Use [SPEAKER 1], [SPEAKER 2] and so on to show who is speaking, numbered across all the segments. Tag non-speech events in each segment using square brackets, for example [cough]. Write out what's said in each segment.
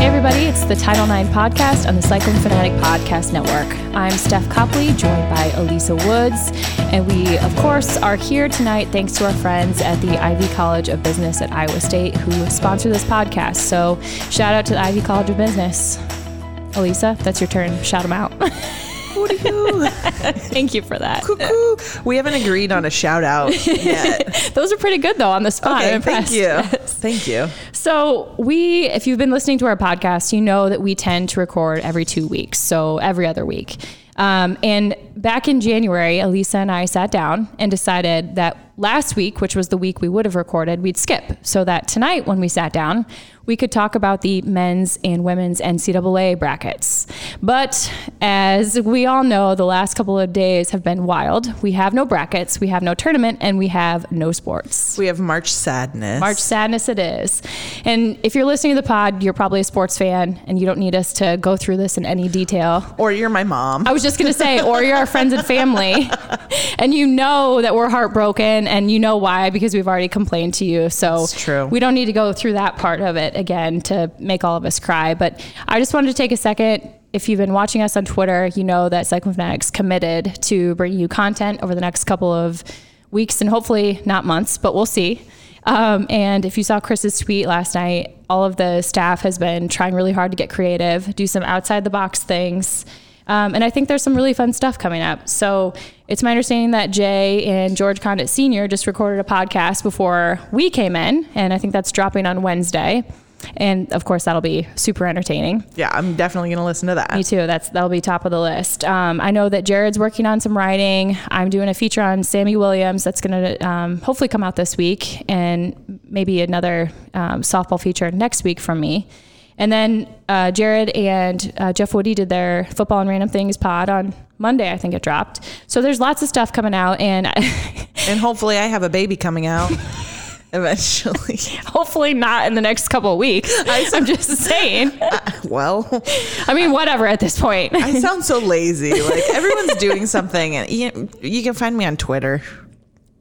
[SPEAKER 1] everybody. It's the Title IX podcast on the Cycling Fanatic Podcast Network. I'm Steph Copley, joined by Elisa Woods. And we, of course, are here tonight thanks to our friends at the Ivy College of Business at Iowa State who sponsor this podcast. So shout out to the Ivy College of Business. Elisa, that's your turn. Shout them out. [laughs] Thank you for that.
[SPEAKER 2] Cuckoo. We haven't agreed on a
[SPEAKER 1] [laughs]
[SPEAKER 2] shout out yet.
[SPEAKER 1] Those are pretty good, though, on the spot. I'm
[SPEAKER 2] Okay,
[SPEAKER 1] impressed.
[SPEAKER 2] thank you. Thank you.
[SPEAKER 1] So, we, if you've been listening to our podcast, you know that we tend to record every two weeks, so every other week. Um, and back in January, Elisa and I sat down and decided that last week, which was the week we would have recorded, we'd skip so that tonight, when we sat down, we could talk about the men's and women's NCAA brackets. But as we all know, the last couple of days have been wild. We have no brackets, we have no tournament, and we have no sports.
[SPEAKER 2] We have March sadness.
[SPEAKER 1] March sadness it is. And if you're listening to the pod, you're probably a sports fan and you don't need us to go through this in any detail.
[SPEAKER 2] Or you're my mom.
[SPEAKER 1] I was just going to say, or you're our friends and family, and you know that we're heartbroken and you know why because we've already complained to you. So
[SPEAKER 2] It's true.
[SPEAKER 1] we don't need to go through that part of it again to make all of us cry. But I just wanted to take a second. If you've been watching us on Twitter, you know that Cycling Fanatics committed to bringing you content over the next couple of weeks and hopefully not months, but we'll see. Um, and if you saw Chris's tweet last night, all of the staff has been trying really hard to get creative, do some outside the box things. Um, and I think there's some really fun stuff coming up. So it's my understanding that Jay and George Condit Sr. just recorded a podcast before we came in, and I think that's dropping on Wednesday. And of course, that'll be super entertaining.
[SPEAKER 2] Yeah, I'm definitely going to listen to
[SPEAKER 1] Me
[SPEAKER 2] that.
[SPEAKER 1] too. That's that'll be top of the list. Um, I know that Jared's working on some writing. I'm doing a feature on Sammy Williams that's going to um, hopefully come out this week, and maybe another um, softball feature next week from me. And then uh, Jared and uh, Jeff Woody did their football and random things pod on Monday. I think it dropped. So there's lots of stuff coming out, and [laughs]
[SPEAKER 2] And hopefully I have a baby coming out eventually.
[SPEAKER 1] hopefully not in the next couple of weeks. I'm just saying.
[SPEAKER 2] well,
[SPEAKER 1] I mean, whatever at this point.
[SPEAKER 2] I sound so lazy. Like everyone's doing something and you, you can find me on Twitter.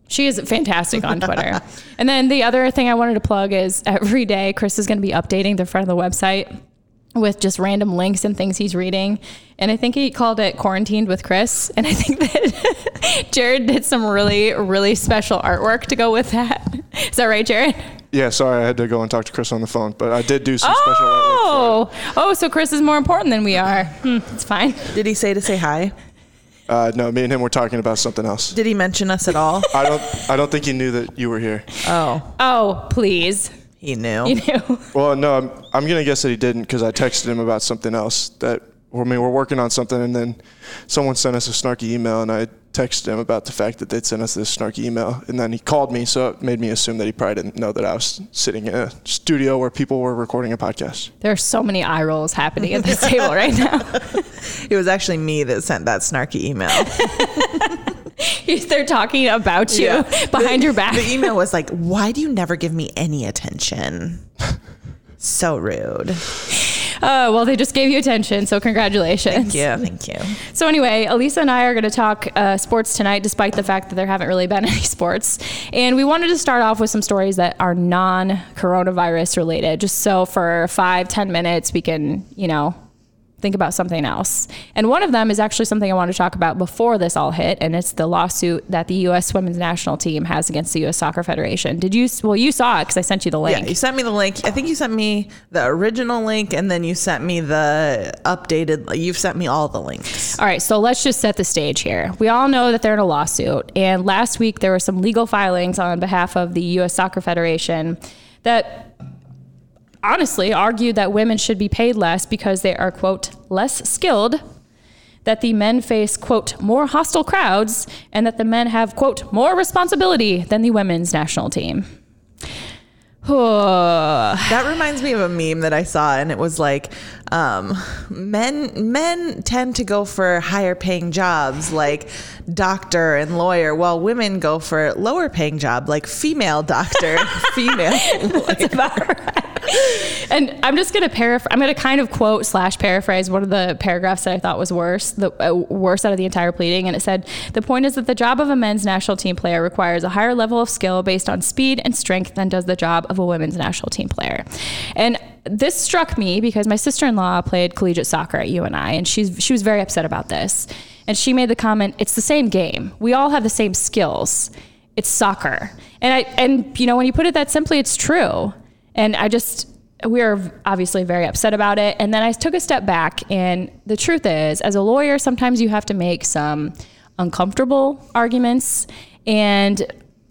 [SPEAKER 1] She is fantastic on
[SPEAKER 3] [laughs]
[SPEAKER 1] Twitter. and then the other thing I wanted to plug is every day Chris is going to be updating the front of the website with just random links and things he's reading. And I think he called it Quarantined with Chris. And I think that [laughs] Jared did some really, really special artwork to go with that. Is that right, Jared?
[SPEAKER 3] Yeah, sorry, I had to go and talk to Chris on the phone, but I did do some special artwork.
[SPEAKER 1] Oh, oh, so Chris is more important than we are. Hmm, it's fine.
[SPEAKER 2] Did he say to say hi?
[SPEAKER 3] For, uh, no, me and him were talking about something else.
[SPEAKER 2] Did he mention us
[SPEAKER 1] [laughs]
[SPEAKER 2] at all?
[SPEAKER 3] I don't, I don't think he knew that you were here.
[SPEAKER 2] Oh,
[SPEAKER 1] Oh, please. [laughs]
[SPEAKER 2] he knew.
[SPEAKER 1] You know.
[SPEAKER 3] Well, no, I'm, I'm gonna guess that he didn't because I texted him about something else. That I mean, we're working on something, and then someone sent us a snarky email, and I texted him about the fact that they'd sent us this snarky email, and then he called me, so it made me assume that he probably didn't know that I was sitting in a studio where people were recording a podcast.
[SPEAKER 1] There are so many eye rolls happening at this table right now. [laughs]
[SPEAKER 2] It was actually me that sent that snarky email.
[SPEAKER 1] They're talking about you
[SPEAKER 2] Yeah.
[SPEAKER 1] behind your back.
[SPEAKER 2] The email was like, "Why do you never give me
[SPEAKER 1] [laughs]
[SPEAKER 2] any attention?" So rude.
[SPEAKER 1] Oh, well, they just gave you attention, so congratulations.
[SPEAKER 2] Yeah, thank you.
[SPEAKER 1] So, anyway, Elisa and I are going to talk uh, sports tonight, despite the fact that there haven't really been [laughs] any sports. And we wanted to start off with some stories that are non coronavirus related, just so for five, ten minutes, we can, you know, think about something else. And one of them is actually something I want to talk about before this all hit, and it's the lawsuit that the U.S. women's national team has against the U.S. Soccer Federation. Did you, well, you saw it because I sent you the link.
[SPEAKER 2] Yeah, you sent me the link. I think you sent me the original link, and then you sent me the updated. You've sent me all
[SPEAKER 1] [sighs]
[SPEAKER 2] the links.
[SPEAKER 1] All right, so let's just set the stage here. We all know that they're in a lawsuit, and last week there were some legal filings on behalf of the U.S. Soccer Federation that honestly argued that women should be paid less because they are, quote, less skilled, that the men face, quote, more hostile crowds, and that the men have, quote, more responsibility than the women's national team. [laughs]
[SPEAKER 2] That reminds me of a meme that I saw, and it was like, um, men men tend to go for higher paying jobs like doctor and lawyer, while women go for lower paying job like female
[SPEAKER 1] [laughs]
[SPEAKER 2] doctor, female. lawyer.
[SPEAKER 1] And I'm just gonna paraphrase. I'm gonna kind of quote slash paraphrase one of the paragraphs that I thought was worse, the uh, worst out of the entire pleading. And it said, "The point is that the job of a men's national team player requires a higher level of skill based on speed and strength than does the job of a women's national team player." And this struck me because my sister-in-law played collegiate soccer at UNI, and she's she was very upset about this, and she made the comment, "It's the same game. We all have the same skills. It's soccer." And I and you know when you put it that simply, it's true. And I just we were obviously very upset about it. And then I took a step back, and the truth is, as a lawyer, sometimes you have to make some uncomfortable arguments, and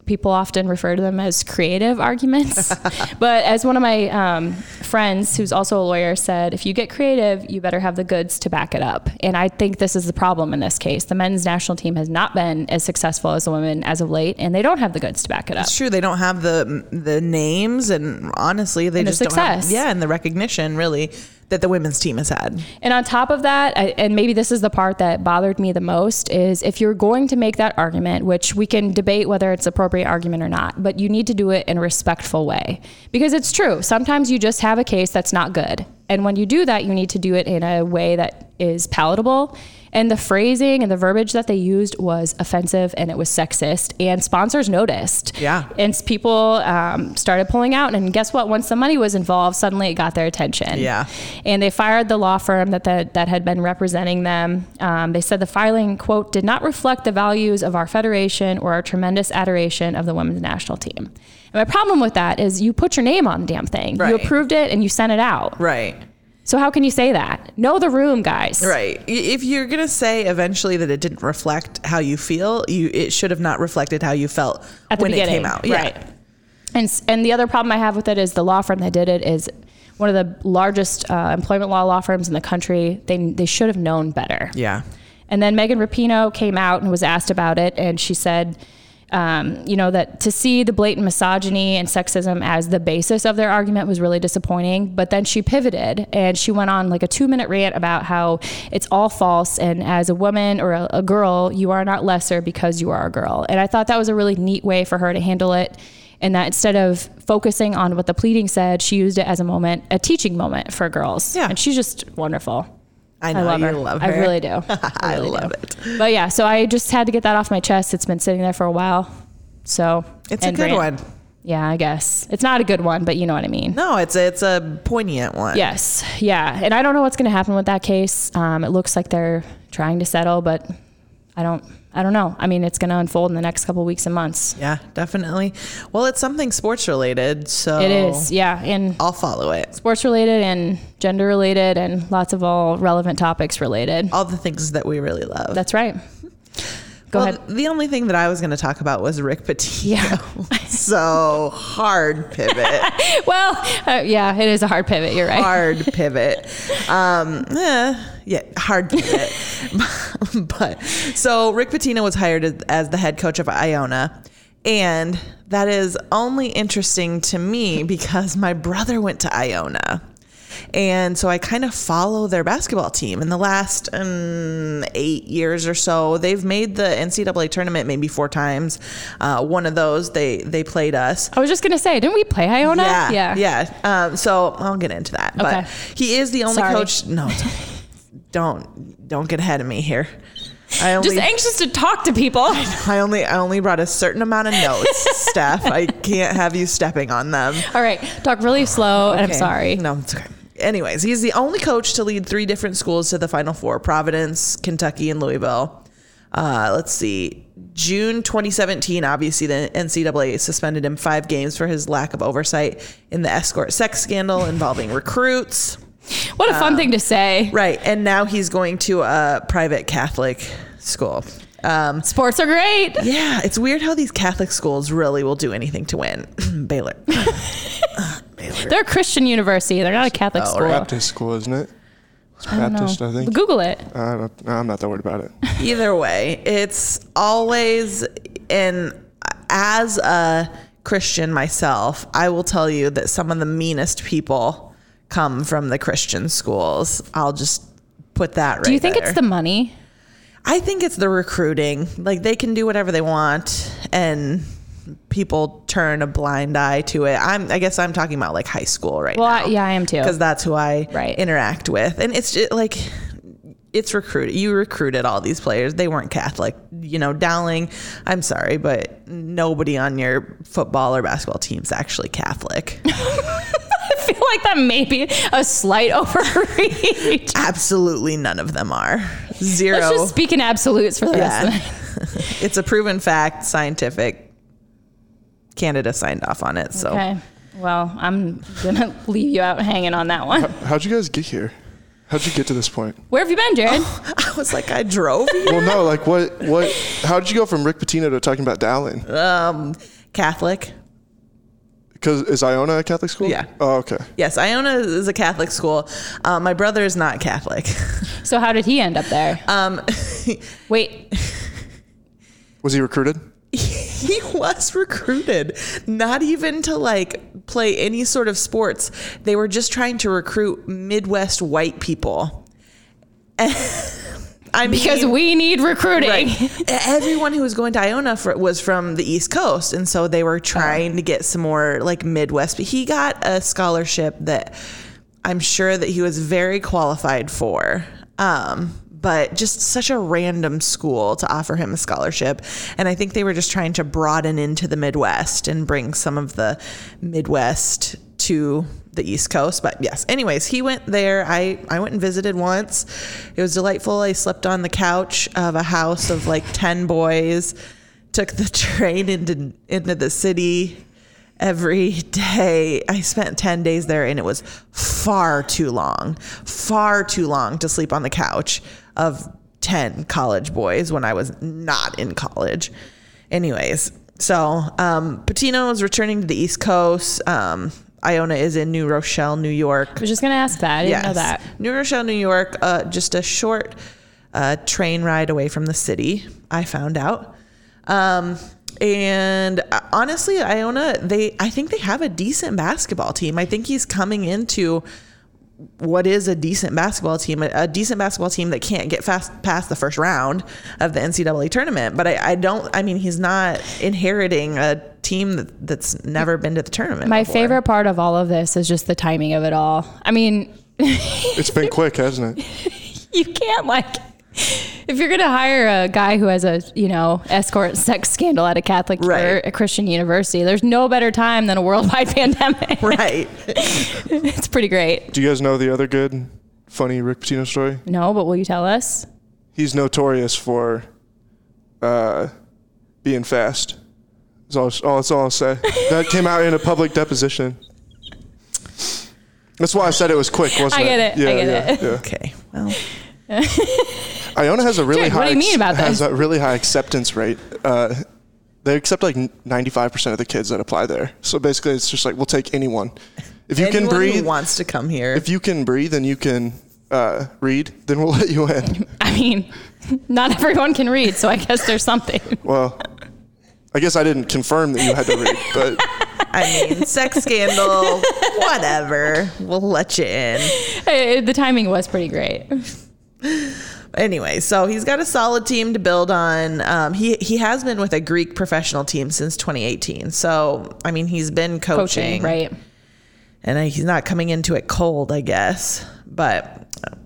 [SPEAKER 1] people often refer to them as creative arguments. but as one of my um, friends, who's also a lawyer, said, if you get creative, you better have the goods to back it up. And I think this is the problem in this case. The men's national team has not been as successful as the women as of late, and they don't have the goods to back it up.
[SPEAKER 2] It's true. They don't have the the names, and honestly, they
[SPEAKER 1] And the
[SPEAKER 2] just don't have
[SPEAKER 1] success.
[SPEAKER 2] yeah, and the recognition really that the women's team has had.
[SPEAKER 1] And on top of that, I, and maybe this is the part that bothered me the most, is if you're going to make that argument, which we can debate whether it's appropriate argument or not, but you need to do it in a respectful way. Because it's true. Sometimes you just have a case that's not good. And when you do that, you need to do it in a way that is palatable. And the phrasing and the verbiage that they used was offensive and it was sexist. And sponsors noticed.
[SPEAKER 2] Yeah.
[SPEAKER 1] And s- people um, started pulling out. And guess what? Once the money was involved, suddenly it got their attention.
[SPEAKER 2] Yeah.
[SPEAKER 1] And they fired the law firm that that, that had been representing them. Um, they said the filing, quote, did not reflect the values of our federation or our tremendous adoration of the women's national team. And my problem with that is you put your name on the damn thing. You
[SPEAKER 2] Right.
[SPEAKER 1] approved it and you sent it out.
[SPEAKER 2] Right.
[SPEAKER 1] So how can you say that? Know the room, guys.
[SPEAKER 2] Right. Y- If you're gonna say eventually that it didn't reflect how you feel, you it should have not reflected how you felt
[SPEAKER 1] At the
[SPEAKER 2] when it
[SPEAKER 1] beginning.
[SPEAKER 2] came out. Yeah.
[SPEAKER 1] Right. And, s- and the other problem I have with it is the law firm that did it is one of the largest uh, employment law law firms in the country. They, they should have known better.
[SPEAKER 2] Yeah.
[SPEAKER 1] And then Megan Rapino came out and was asked about it, and she said, um, you know, that to see the blatant misogyny and sexism as the basis of their argument was really disappointing. But then she pivoted and she went on like a two minute rant about how it's all false. And as a woman or a, a girl, you are not lesser because you are a girl. And I thought that was a really neat way for her to handle it. And that instead of focusing on what the pleading said, she used it as a moment, a teaching moment for girls.
[SPEAKER 2] Yeah.
[SPEAKER 1] And she's just wonderful.
[SPEAKER 2] I know
[SPEAKER 1] I love
[SPEAKER 2] you
[SPEAKER 1] her.
[SPEAKER 2] love her.
[SPEAKER 1] I really do.
[SPEAKER 2] [laughs] I
[SPEAKER 1] really
[SPEAKER 2] love
[SPEAKER 1] do.
[SPEAKER 2] it.
[SPEAKER 1] But yeah, so I just had to get that off my chest. It's been sitting there for a while. So
[SPEAKER 2] It's a
[SPEAKER 1] and
[SPEAKER 2] good
[SPEAKER 1] rant.
[SPEAKER 2] one.
[SPEAKER 1] Yeah, I guess. It's not a good one, but you know what I mean.
[SPEAKER 2] No, it's a, it's a poignant one.
[SPEAKER 1] Yes. Yeah. And I don't know what's going to happen with that case. Um, it looks like they're trying to settle, but I don't I don't know. I mean, it's going to unfold in the next couple weeks and months.
[SPEAKER 2] Yeah, definitely. Well, it's something sports related, so
[SPEAKER 1] It is. Yeah, and
[SPEAKER 2] I'll follow it.
[SPEAKER 1] sports related and gender related and lots of all relevant topics related.
[SPEAKER 2] All the things that we really love.
[SPEAKER 1] That's right. Go
[SPEAKER 2] well, [laughs]
[SPEAKER 1] ahead.
[SPEAKER 2] The only thing that I was going to talk about was Rick Pitino. [laughs] so hard pivot.
[SPEAKER 1] Well, uh, yeah, it is a hard pivot. You're right.
[SPEAKER 2] hard pivot. Um, eh, yeah, hard pivot. [laughs] but so Rick Pitino was hired as- as the head coach of Iona. And that is only interesting to me because my brother went to Iona. And so I kind of follow their basketball team. In the last um, eight years or so, they've made the NCAA tournament maybe four times. Uh, one of those, they they played us.
[SPEAKER 1] I was just gonna say, didn't we play Iona?
[SPEAKER 2] Yeah, yeah. Um, so I'll get into that.
[SPEAKER 1] Okay.
[SPEAKER 2] But he is the only
[SPEAKER 1] Sorry.
[SPEAKER 2] coach. No,
[SPEAKER 1] [laughs]
[SPEAKER 2] don't don't get ahead of me here. I only
[SPEAKER 1] Just anxious to talk to
[SPEAKER 2] [laughs]
[SPEAKER 1] people. [laughs]
[SPEAKER 2] I only I only brought a certain amount of notes, Steph. I can't have you stepping on them.
[SPEAKER 1] All right, talk really slow, and I'm
[SPEAKER 2] Okay.
[SPEAKER 1] sorry.
[SPEAKER 2] No, it's okay. Anyways, he's the only coach to lead three different schools to the Final Four Providence, Kentucky, and Louisville. Uh, let's see. June 2017, obviously, the NCAA suspended him five games for his lack of oversight in the escort sex scandal involving recruits.
[SPEAKER 1] What a
[SPEAKER 2] Um,
[SPEAKER 1] fun thing to say.
[SPEAKER 2] Right. And now he's going to a private Catholic school. Um,
[SPEAKER 1] Sports are great.
[SPEAKER 2] yeah, it's weird how these Catholic schools really will do anything to win. [clears throat] Baylor. Baylor.
[SPEAKER 1] They're a Christian university. They're not a Catholic
[SPEAKER 2] Oh,
[SPEAKER 1] school.
[SPEAKER 2] right.
[SPEAKER 3] Baptist school, isn't it? It's
[SPEAKER 1] I don't know.
[SPEAKER 3] Baptist, I think.
[SPEAKER 1] Google it.
[SPEAKER 3] I don't, I'm not that worried about it.
[SPEAKER 2] Either way, it's always and as a Christian myself, I will tell you that some of the meanest people come from the Christian schools. I'll just put that right.
[SPEAKER 1] Do you think
[SPEAKER 2] there.
[SPEAKER 1] it's the money?
[SPEAKER 2] I think it's the recruiting. Like they can do whatever they want and people turn a blind eye to it. I'm I guess I'm talking about like high school right
[SPEAKER 1] Well,
[SPEAKER 2] now
[SPEAKER 1] I, yeah, I am too.
[SPEAKER 2] because that's who I
[SPEAKER 1] Right.
[SPEAKER 2] interact with. And it's just like it's recruited. You recruited all these players. They weren't Catholic. You know, Dowling, I'm sorry,
[SPEAKER 1] [laughs]
[SPEAKER 2] but nobody on your football or basketball team's actually Catholic.
[SPEAKER 1] [laughs] I feel feel like that may be a slight [laughs] overreach.
[SPEAKER 2] Absolutely none of them are. 0
[SPEAKER 1] Let's just speak in absolutes for the rest of the night.
[SPEAKER 2] it's a proven fact, scientific. Canada signed off on it. So
[SPEAKER 1] Okay. Well, I'm gonna [laughs] leave you out hanging on that
[SPEAKER 2] [laughs]
[SPEAKER 1] one.
[SPEAKER 3] How'd you guys get here? How'd you get to this point?
[SPEAKER 1] Where have you been, Jared?
[SPEAKER 2] [laughs] [laughs] I was like,
[SPEAKER 1] [laughs]
[SPEAKER 2] I drove
[SPEAKER 3] Well, no, like what? What? How did you go from Rick Pitino to talking about Dowling?
[SPEAKER 2] um, Catholic.
[SPEAKER 3] Because is Iona a Catholic school?
[SPEAKER 2] Yeah.
[SPEAKER 3] Oh, okay.
[SPEAKER 2] Yes, Iona is a Catholic school. Uh, my brother is not Catholic. [laughs]
[SPEAKER 1] so how did he end up there?
[SPEAKER 2] Um,
[SPEAKER 1] [laughs] Wait,
[SPEAKER 2] [laughs]
[SPEAKER 3] Was he recruited?
[SPEAKER 2] he was recruited, not even to like play any sort of sports. They were just trying to recruit Midwest white people. [laughs] I mean,
[SPEAKER 1] because we need recruiting.
[SPEAKER 2] Right. Everyone who was going to Iona for, was from the East Coast, and so they were trying to get some more like Midwest. But he got a scholarship that I'm sure that he was very qualified for. Um, but just such a random school to offer him a scholarship, and I think they were just trying to broaden into the Midwest and bring some of the Midwest to the East Coast. But yes, anyways, he went there. I, I went and visited once. It was delightful. I slept on the couch of a house of like [laughs] 10 boys, took the [laughs] train into, into the city every day. I spent 10 days there and it was far too long, far too long to sleep on the couch of 10 college boys when I was not in college. Anyways, so um, Patino is returning to the East Coast. Um, Iona is in New Rochelle, New York.
[SPEAKER 1] [laughs] I was just gonna ask that. I didn't know that.
[SPEAKER 2] New Rochelle, New York, uh, just a short uh, train ride away from the city, I found out. Um, and uh, honestly, Iona, they I think they have a decent basketball team. I think he's coming into what is a decent basketball team, a, a decent basketball team that can't get fast past the first round of the NCAA tournament. But I, I don't, I mean, he's not inheriting a team that, that's never been to the tournament.
[SPEAKER 1] My
[SPEAKER 2] before.
[SPEAKER 1] favorite part of all of this is just the timing of it all. I mean, [laughs]
[SPEAKER 3] It's been quick, hasn't it?
[SPEAKER 1] you can't like if you're gonna hire a guy who has a you know escort sex scandal at a Catholic or
[SPEAKER 2] Right.
[SPEAKER 1] a Christian university, there's no better time than a worldwide [laughs] pandemic.
[SPEAKER 2] [laughs] Right.
[SPEAKER 1] it's pretty great.
[SPEAKER 3] Do you guys know the other good, funny Rick Pitino story?
[SPEAKER 1] No, but will you tell us?
[SPEAKER 3] He's notorious for uh, being fast. That's all, all, that's all I'll say. That came out in a public deposition. That's why I said it was quick, wasn't
[SPEAKER 1] I
[SPEAKER 3] it?
[SPEAKER 1] get it. I get
[SPEAKER 3] yeah,
[SPEAKER 2] Okay. Well,
[SPEAKER 3] yeah. Iona has a really
[SPEAKER 1] Jared,
[SPEAKER 3] high.
[SPEAKER 1] what do you mean about
[SPEAKER 3] has
[SPEAKER 1] this?
[SPEAKER 3] a really high acceptance rate. Uh, they accept like ninety five percent of the kids that apply there. So basically, it's just like we'll take anyone. If you
[SPEAKER 2] anyone
[SPEAKER 3] can breathe,
[SPEAKER 2] who wants to come here.
[SPEAKER 3] if you can breathe and you can uh, read, then we'll [laughs] let you in.
[SPEAKER 1] I mean, [laughs] not everyone can read, so I guess there's something. [laughs]
[SPEAKER 3] Well, I guess I didn't confirm that you had to read,
[SPEAKER 1] [laughs]
[SPEAKER 3] but
[SPEAKER 2] I mean, sex
[SPEAKER 3] [laughs]
[SPEAKER 2] scandal, whatever. We'll let you in.
[SPEAKER 1] Eh, the timing was pretty great.
[SPEAKER 2] Anyway, so he's got a solid team to build on. Um, he he has been with a Greek professional team since 2018. So I mean, he's been coaching,
[SPEAKER 1] Coaching, right?
[SPEAKER 2] And I, he's not coming into it cold, I guess. But uh,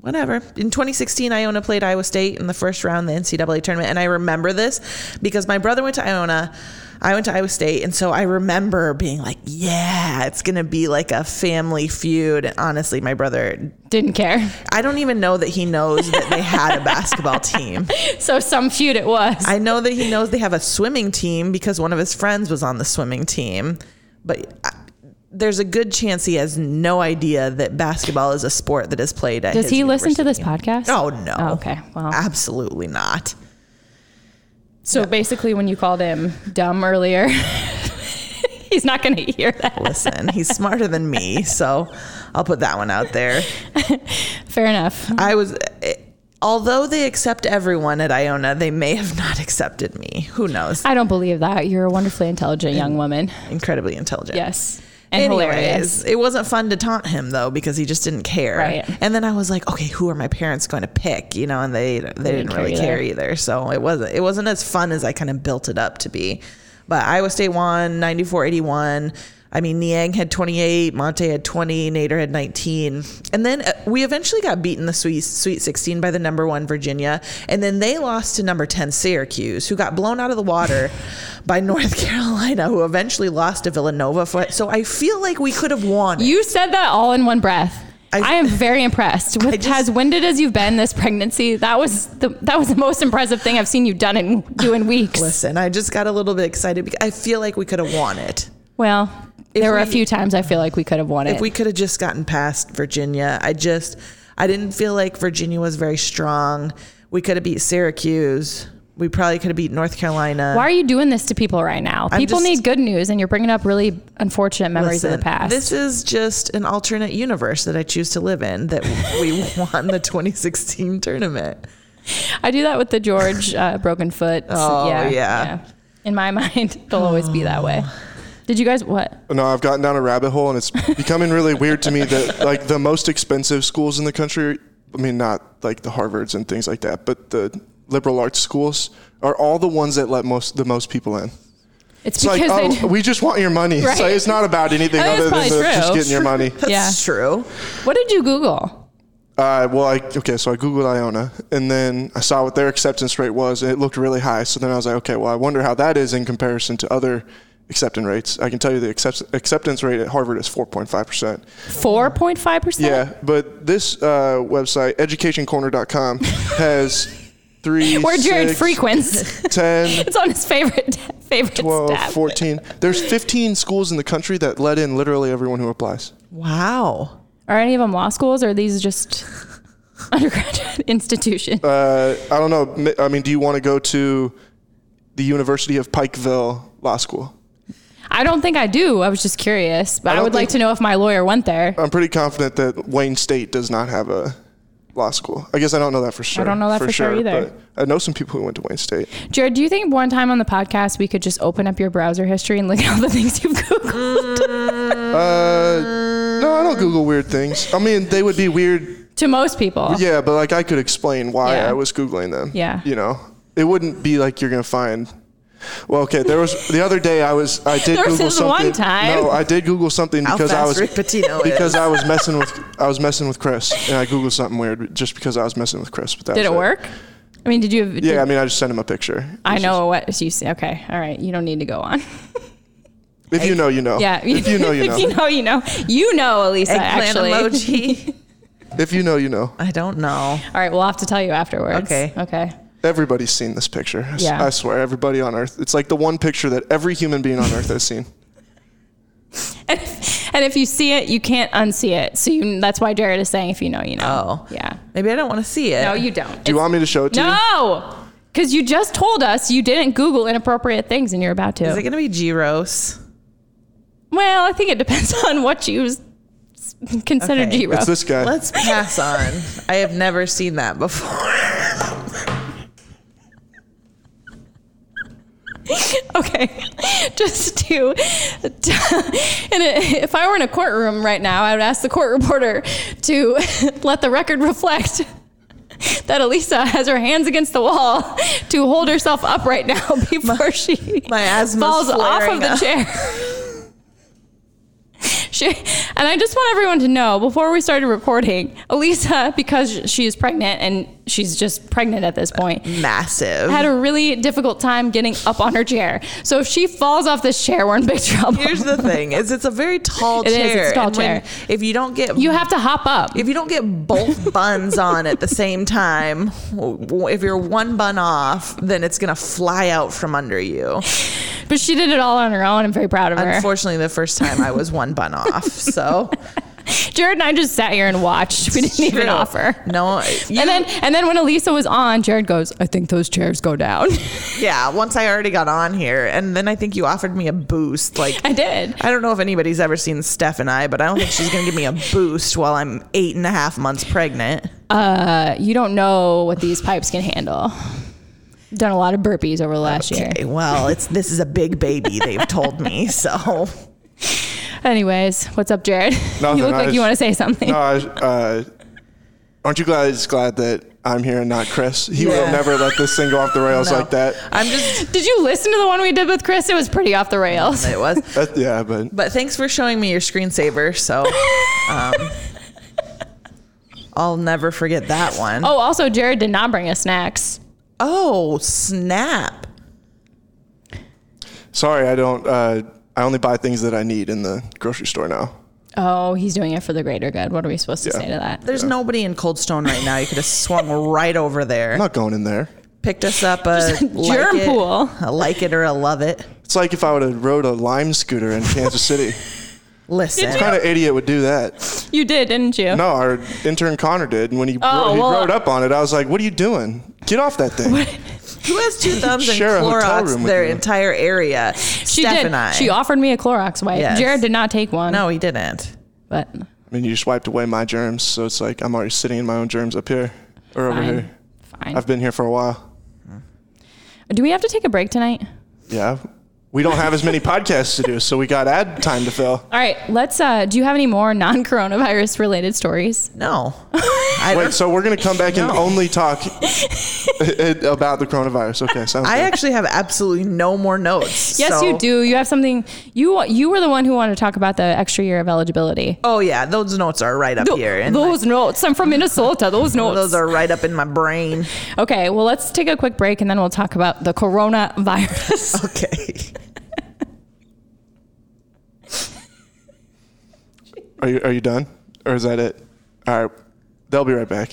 [SPEAKER 2] whatever. In 2016, Iona played Iowa State in the first round of the NCAA tournament, and I remember this because my brother went to Iona. I went to Iowa State, and so I remember being like, "Yeah, it's gonna be like a family feud." And honestly, my brother
[SPEAKER 1] Didn't care. [laughs]
[SPEAKER 2] I don't even know that he knows that they had a basketball team.
[SPEAKER 1] So some feud it was.
[SPEAKER 2] I know that he knows they have a swimming team because one of his friends was on the swimming team, but I, there's a good chance he has no idea that basketball is a sport that is played at.
[SPEAKER 1] Does
[SPEAKER 2] his
[SPEAKER 1] he listen to this
[SPEAKER 2] university.
[SPEAKER 1] podcast?
[SPEAKER 2] Oh no.
[SPEAKER 1] Oh, okay. Well,
[SPEAKER 2] Absolutely not.
[SPEAKER 1] so basically, when you called him dumb earlier, [laughs] he's not going to hear that.
[SPEAKER 2] Listen, he's smarter than me, so I'll put that one out there.
[SPEAKER 1] Fair enough.
[SPEAKER 2] I was. eh, although they accept everyone at Iona, they may have not accepted me. Who knows?
[SPEAKER 1] I don't believe that. You're a wonderfully intelligent young woman.
[SPEAKER 2] Incredibly intelligent.
[SPEAKER 1] Yes. And hilarious.
[SPEAKER 2] It wasn't fun to taunt him though because he just didn't care.
[SPEAKER 1] Right.
[SPEAKER 2] And then I was like, okay, who are my parents going to pick? You know, and they they, didn't,
[SPEAKER 1] care
[SPEAKER 2] really
[SPEAKER 1] either.
[SPEAKER 2] care either. So it wasn't it wasn't as fun as I kind of built it up to be. But Iowa State won 94-81. I mean, Niang had 28, Monte had 20, Nader had 19. And then uh, we eventually got beaten the Sweet, Sweet 16 by the number one Virginia. And then they lost to number 10 Syracuse, who got blown out of the water [laughs] by North [laughs] Carolina, who eventually lost to Villanova. For, so I feel like we could have won. it.
[SPEAKER 1] You said that all in one breath.
[SPEAKER 2] I-
[SPEAKER 1] I, am very impressed with
[SPEAKER 2] just-
[SPEAKER 1] as winded as you've been this pregnancy. That was the that was the most impressive thing I've seen you done in do in weeks.
[SPEAKER 2] Listen, I just got a little bit excited because I feel like we could have won it.
[SPEAKER 1] Well, there were a
[SPEAKER 2] we-
[SPEAKER 1] few times I feel like we could have won it.
[SPEAKER 2] If we could have just gotten past Virginia, I just I didn't feel like Virginia was very strong. We could have beat Syracuse. We probably could have beat North Carolina.
[SPEAKER 1] Why are you doing this to people right now?
[SPEAKER 2] I'm
[SPEAKER 1] people
[SPEAKER 2] just-
[SPEAKER 1] need good news, and you're bringing up really unfortunate memories of
[SPEAKER 2] Listen,
[SPEAKER 1] the past.
[SPEAKER 2] This is just an alternate universe that I choose to live in that [laughs] we won the 2016 tournament.
[SPEAKER 1] I do that with the George uh, broken foot.
[SPEAKER 2] Oh, yeah. Oh.
[SPEAKER 1] In my [laughs] mind, it'll always be that way. Did you guys what?
[SPEAKER 3] No, I've gotten down a rabbit hole, and it's becoming really weird to me that like the most expensive schools in the country. I mean, not like the Harvards and things like that, but the liberal arts schools are all the ones that let most the most people in.
[SPEAKER 1] It's,
[SPEAKER 3] It's like,
[SPEAKER 1] because they.
[SPEAKER 3] oh, we just want your money. It's, like,
[SPEAKER 1] Right.
[SPEAKER 3] it's not about anything
[SPEAKER 1] I mean,
[SPEAKER 3] other
[SPEAKER 1] that's
[SPEAKER 3] than
[SPEAKER 1] probably
[SPEAKER 3] the, just
[SPEAKER 1] true.
[SPEAKER 3] getting
[SPEAKER 1] [laughs]
[SPEAKER 3] your money.
[SPEAKER 2] That's
[SPEAKER 1] Yeah.
[SPEAKER 2] true.
[SPEAKER 1] what did you Google?
[SPEAKER 3] Uh, well, I, okay, so I Googled Iona, and then I saw what their acceptance rate was, and it looked really high. So then I was like, okay, well, I wonder how that is in comparison to other acceptance rates. I can tell you the accept- acceptance rate at Harvard is 4.5%.
[SPEAKER 1] Four point five percent.
[SPEAKER 3] Yeah, but this uh,
[SPEAKER 1] [laughs]
[SPEAKER 3] website, educationcorner.com, has three.
[SPEAKER 1] Where Jared
[SPEAKER 3] six, [laughs]
[SPEAKER 1] frequents. [laughs]
[SPEAKER 3] 10,
[SPEAKER 1] it's on his favorite favorite
[SPEAKER 3] 12,
[SPEAKER 1] stab.
[SPEAKER 3] 14. There's 15 schools in the country that let in literally everyone who applies.
[SPEAKER 2] Wow.
[SPEAKER 1] Are any of them law schools, or are these just [laughs] undergraduate [laughs] institutions?
[SPEAKER 3] Uh, I don't know. mi- I mean, do you want to go to the University of Pikeville Law School?
[SPEAKER 1] I don't think I do. I was just curious, but I,
[SPEAKER 3] don't
[SPEAKER 1] would like
[SPEAKER 3] think-
[SPEAKER 1] to know if my lawyer went there.
[SPEAKER 3] I'm pretty confident that Wayne State does not have a law school. I guess I don't know that for sure.
[SPEAKER 1] don't know that for sure either.
[SPEAKER 3] But I know some people who went to Wayne State.
[SPEAKER 1] Jared, do you think one time on the podcast we could just open up your browser history and look at all the things you've Googled
[SPEAKER 3] Mm. Uh, no, I don't Google weird things. I mean, they would be
[SPEAKER 1] [laughs]
[SPEAKER 3] weird,
[SPEAKER 1] to most people?
[SPEAKER 3] yeah, but like I could explain why
[SPEAKER 1] Yeah.
[SPEAKER 3] I was Googling them.
[SPEAKER 1] Yeah.
[SPEAKER 3] You know, it wouldn't be like you're going to find. Well, okay. There was the other day I was I did
[SPEAKER 1] There was
[SPEAKER 3] Google
[SPEAKER 1] this one
[SPEAKER 3] something.
[SPEAKER 1] time.
[SPEAKER 3] No, I did Google something
[SPEAKER 2] How
[SPEAKER 3] because
[SPEAKER 2] fast
[SPEAKER 3] I was
[SPEAKER 2] Rick Pitino is.
[SPEAKER 1] [laughs]
[SPEAKER 3] because I was messing with I was messing with Chris and I googled something weird just because I was messing with Chris. But that
[SPEAKER 1] Did
[SPEAKER 3] was
[SPEAKER 1] it work? I mean, did you? Did,
[SPEAKER 3] Yeah, I mean I just sent him a picture.
[SPEAKER 1] I
[SPEAKER 3] It's
[SPEAKER 1] know what so you see. Okay, all right. You don't need to go
[SPEAKER 3] [laughs]
[SPEAKER 1] on.
[SPEAKER 3] just- if you know, you know.
[SPEAKER 1] Yeah,
[SPEAKER 3] If you know, you
[SPEAKER 1] [laughs] if you
[SPEAKER 3] know.
[SPEAKER 1] know, you know. You know, Elisa.
[SPEAKER 2] Eggplant
[SPEAKER 1] actually.
[SPEAKER 2] emoji.
[SPEAKER 3] If you know, you know.
[SPEAKER 2] I don't know.
[SPEAKER 1] [laughs] All right, we'll have to tell you afterwards.
[SPEAKER 2] Okay.
[SPEAKER 1] Okay. [laughs]
[SPEAKER 3] Everybody's seen this picture. I s-
[SPEAKER 1] Yeah.
[SPEAKER 3] I swear, everybody on Earth. It's like the one picture that every human being on Earth has seen.
[SPEAKER 1] And if, and if you see it, you can't unsee it. So you, that's why Jared is saying, if you know, you know.
[SPEAKER 2] Oh.
[SPEAKER 1] Yeah.
[SPEAKER 2] Maybe I don't want to see it.
[SPEAKER 1] No, you don't.
[SPEAKER 3] Do you want me to show it to you?
[SPEAKER 1] no, because you just told us you didn't Google inappropriate things, and you're about to.
[SPEAKER 2] Is it going to be Gyros?
[SPEAKER 1] Well, I think it depends [laughs] on what you s- consider
[SPEAKER 2] Okay.
[SPEAKER 1] G-Row.
[SPEAKER 3] It's this guy. [laughs]
[SPEAKER 2] Let's pass on. I have never seen that before. [laughs]
[SPEAKER 1] [laughs] okay, just to, to and it, if I were in a courtroom right now, I would ask the court reporter to [laughs] let the record reflect [laughs] that Elisa has her hands against the wall [laughs] to hold herself up right now [laughs] before she
[SPEAKER 2] my asthma's
[SPEAKER 1] falls off
[SPEAKER 2] flaring
[SPEAKER 1] of the
[SPEAKER 2] up.
[SPEAKER 1] chair. [laughs] She, and I just want everyone to know before we started recording, Elisa, because she is pregnant and she's just pregnant at this point,
[SPEAKER 2] Mm-hmm. Massive.
[SPEAKER 1] had a really difficult time getting up on her chair. So if she falls off this chair, we're in big [laughs] trouble.
[SPEAKER 2] Here's the thing: is it's a very tall
[SPEAKER 1] It is, it's a
[SPEAKER 2] chair.
[SPEAKER 1] tall
[SPEAKER 2] and when-
[SPEAKER 1] chair.
[SPEAKER 2] if you don't get
[SPEAKER 1] you have to hop up.
[SPEAKER 2] if you don't
[SPEAKER 1] [laughs]
[SPEAKER 2] get both buns on at the same time, w- w- if you're one bun off, then it's gonna fly out from under you.
[SPEAKER 1] But she did it all on her own. I'm very proud of her.
[SPEAKER 2] Unfortunately, the first time I was one bun off, so
[SPEAKER 1] Jared and I just sat here and watched. [laughs] We didn't even
[SPEAKER 2] True.
[SPEAKER 1] offer.
[SPEAKER 2] No, you-
[SPEAKER 1] and then and then when Elisa was on, Jared goes, I think those chairs go down. [laughs]
[SPEAKER 2] yeah, once I already got on here, and then I think you offered me a boost, like.
[SPEAKER 1] I did.
[SPEAKER 2] I don't know if anybody's ever seen Steph and I, but I don't think she's gonna give me a boost while I'm eight and a half months pregnant.
[SPEAKER 1] Uh, you don't know what these pipes can handle. Done a lot of burpees over the last year.
[SPEAKER 2] Okay, well, it's this is a big baby, they've told me, [laughs] so
[SPEAKER 1] Anyways, what's up, Jared? [laughs]
[SPEAKER 3] Nothing,
[SPEAKER 1] you look
[SPEAKER 3] I
[SPEAKER 1] like
[SPEAKER 3] just-
[SPEAKER 1] you want to say something.
[SPEAKER 3] No, I, uh, aren't you guys glad that I'm here and not Chris. He would
[SPEAKER 2] Yeah.
[SPEAKER 3] have never let this thing go off the rails
[SPEAKER 2] No.
[SPEAKER 3] like that.
[SPEAKER 2] I'm just.
[SPEAKER 1] Did you listen to the one we did with Chris? It was pretty off the rails.
[SPEAKER 2] [laughs] It was.
[SPEAKER 3] That- yeah, but
[SPEAKER 2] But thanks for showing me your screensaver. [laughs] So. Um, I'll never forget that one.
[SPEAKER 1] Oh, also Jared did not bring us snacks.
[SPEAKER 2] Oh, snap.
[SPEAKER 3] sorry, I don't. Uh, I only buy things that I need in the grocery store now.
[SPEAKER 1] Oh, he's doing it for the greater good. What are we supposed to
[SPEAKER 3] Yeah.
[SPEAKER 1] say to that?
[SPEAKER 2] There's nobody in Cold Stone right now. You could have swung right over there.
[SPEAKER 3] I'm not going in there.
[SPEAKER 2] Picked us up a like
[SPEAKER 1] germ
[SPEAKER 2] it,
[SPEAKER 1] pool.
[SPEAKER 2] a like it or a love it.
[SPEAKER 3] It's like if I would have rode a lime scooter in Kansas City.
[SPEAKER 1] [laughs]
[SPEAKER 2] Listen,
[SPEAKER 3] what kind of idiot would do that?
[SPEAKER 1] You did, didn't you?
[SPEAKER 3] No, our intern Connor did, and when he,
[SPEAKER 1] Oh,
[SPEAKER 3] ro- he
[SPEAKER 1] well,
[SPEAKER 3] rode up on it, I was like, "What are you doing? Get off that thing!"
[SPEAKER 2] who has [laughs] two thumbs and
[SPEAKER 3] Share a hotel
[SPEAKER 2] Clorox
[SPEAKER 3] room with
[SPEAKER 2] their
[SPEAKER 3] you.
[SPEAKER 2] entire area?
[SPEAKER 1] she
[SPEAKER 2] Steph
[SPEAKER 1] did.
[SPEAKER 2] and I.
[SPEAKER 1] She offered me a Clorox wipe.
[SPEAKER 2] Yes.
[SPEAKER 1] Jared did not take one.
[SPEAKER 2] no, he didn't.
[SPEAKER 1] but
[SPEAKER 3] I mean, you just wiped away my germs, so it's like I'm already sitting in my own germs up here or over
[SPEAKER 1] fine.
[SPEAKER 3] here.
[SPEAKER 1] Fine.
[SPEAKER 3] I've been here for a while.
[SPEAKER 1] Do we have to take a break tonight?
[SPEAKER 3] Yeah, we don't have as many podcasts to do, so we got ad time to fill.
[SPEAKER 1] All right. Let's. Uh, do you have any more non-coronavirus related stories?
[SPEAKER 2] [laughs] No. I,
[SPEAKER 3] Wait, so we're gonna come back and
[SPEAKER 2] No.
[SPEAKER 1] [laughs]
[SPEAKER 3] only talk about the coronavirus? Okay, sounds
[SPEAKER 2] I [laughs]
[SPEAKER 3] good.
[SPEAKER 2] actually have absolutely no more notes.
[SPEAKER 1] Yes,
[SPEAKER 2] so-
[SPEAKER 1] you do. You have something. You you were the one who wanted to talk about the extra year of eligibility.
[SPEAKER 2] Oh yeah, those notes are right up here. And
[SPEAKER 1] those notes. I'm from Minnesota. Those notes.
[SPEAKER 2] those are right up in my brain.
[SPEAKER 1] okay. Well, let's take a quick break and then we'll talk about the coronavirus.
[SPEAKER 2] [laughs] Okay.
[SPEAKER 3] Are you are you done, or is that it? All right, they'll be right back.